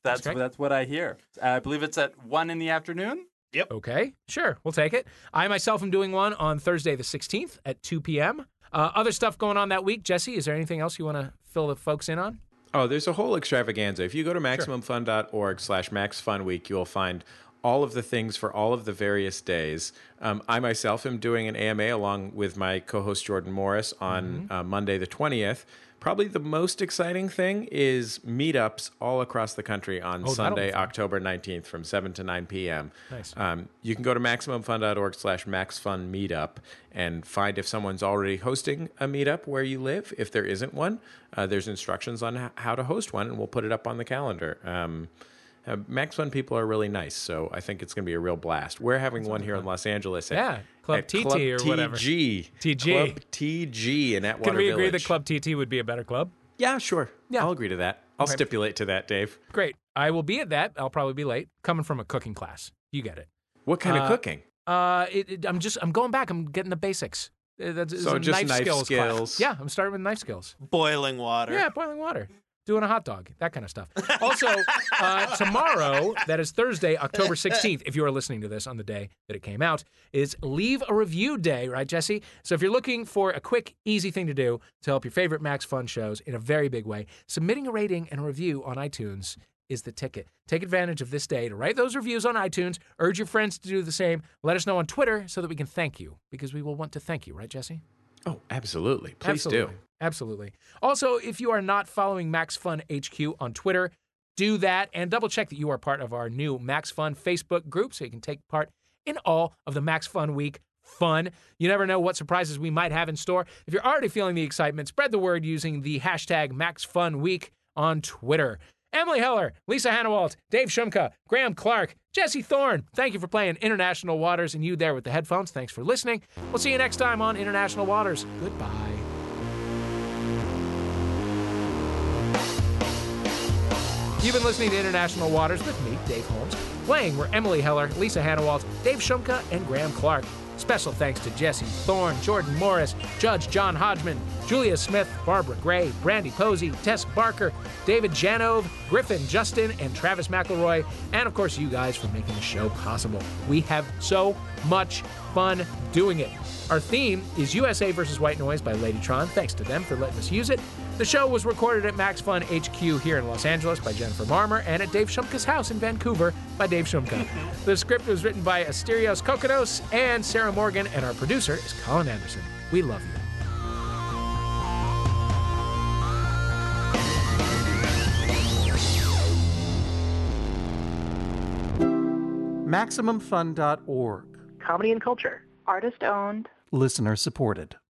Speaker 8: That's that's, what I hear. I believe it's at one in the afternoon.
Speaker 1: Yep. Okay. Sure. We'll take it. I myself am doing one on Thursday the sixteenth at two p.m. Uh, other stuff going on that week. Jesse, is there anything else you want to fill the folks in on?
Speaker 20: Oh, there's a whole extravaganza. If you go to maximumfun.org slash maxfunweek, you'll find all of the things for all of the various days. Um, I myself am doing an AMA along with my co-host Jordan Morris on uh, Monday the 20th. Probably the most exciting thing is meetups all across the country on
Speaker 1: Oh, that'll be
Speaker 20: Sunday,
Speaker 1: fun.
Speaker 20: October 19th from 7 to 9 p.m.
Speaker 1: Nice.
Speaker 20: Um, you can go to maximumfun.org slash maxfunmeetup and find if someone's already hosting a meetup where you live. If there isn't one, uh, there's instructions on h- how to host one, and we'll put it up on the calendar. Um, uh, Max Fun people are really nice, so I think it's going to be a real blast. We're having one here in Los Angeles at,
Speaker 1: Yeah, Club
Speaker 20: at
Speaker 1: TT
Speaker 20: Club
Speaker 1: or whatever.
Speaker 20: TG.
Speaker 1: TG.
Speaker 20: Club TG in Atwater
Speaker 1: Can we agree
Speaker 20: Village.
Speaker 1: that Club TT would be a better club?
Speaker 20: Yeah, sure.
Speaker 1: Yeah.
Speaker 20: I'll agree to that. I'll
Speaker 1: Okay.
Speaker 20: stipulate to that, Dave.
Speaker 1: Great. I will be at that. I'll probably be late. Coming from a cooking class. You get it.
Speaker 20: What kind
Speaker 1: Uh,
Speaker 20: of cooking?
Speaker 1: Uh, it, it- I'm just I'm going back. I'm getting the basics. Uh, That's it's
Speaker 20: So
Speaker 1: a
Speaker 20: just knife
Speaker 1: skills, class.
Speaker 20: skills.
Speaker 1: Yeah, I'm starting with knife skills.
Speaker 3: Boiling water.
Speaker 1: Yeah, boiling water. Doing a hot dog, that kind of stuff. Also, uh, tomorrow, that is Thursday, October 16th, if you are listening to this on the day that it came out, is Leave a Review Day, right, Jesse? So if you're looking for a quick, easy thing to do to help your favorite Max Fun shows in a very big way, submitting a rating and a review on iTunes is the ticket. Take advantage of this day to write those reviews on iTunes, urge your friends to do the same, let us know on Twitter so that we can thank you, because we will want to thank you, right, Jesse?
Speaker 20: Oh, absolutely. Please
Speaker 1: Absolutely.
Speaker 20: do.
Speaker 1: Absolutely. Also, if you are not following Max Fun HQ on Twitter, do that and double check that you are part of our new Max Fun Facebook group so you can take part in all of the Max Fun Week fun. You never know what surprises we might have in store. If you're already feeling the excitement, spread the word using the hashtag MaxFunWeek on Twitter. Emily Heller, Lisa Hannawalt, Dave Shumka, Graham Clark, Jesse Thorne, thank you for playing International Waters and you there with the headphones. Thanks for listening. We'll see you next time on International Waters. Goodbye. You've been listening to International Waters with me, Dave Holmes. Playing were Emily Heller, Lisa Hannawalt, Dave Shumka, and Graham Clark. Special thanks to Jesse Thorne, Jordan Morris, Judge John Hodgman, Julia Smith, Barbara Gray, Brandy Posey, Tess Barker, David Janove, Griffin Justin, and Travis McElroy, and of course you guys for making the show possible. We have so much fun doing it. Our theme is USA versus White Noise by Ladytron. Thanks to them for letting us use it. The show was recorded at Max Fun HQ here in Los Angeles by Jennifer Marmer and at Dave Shumka's house in Vancouver by Dave Shumka. the script was written by Asterios Kokodos and Sarah Morgan, and our producer is Colin Anderson. We love you.
Speaker 12: MaximumFun.org.
Speaker 21: Comedy and culture. Artist owned.
Speaker 12: Listener supported.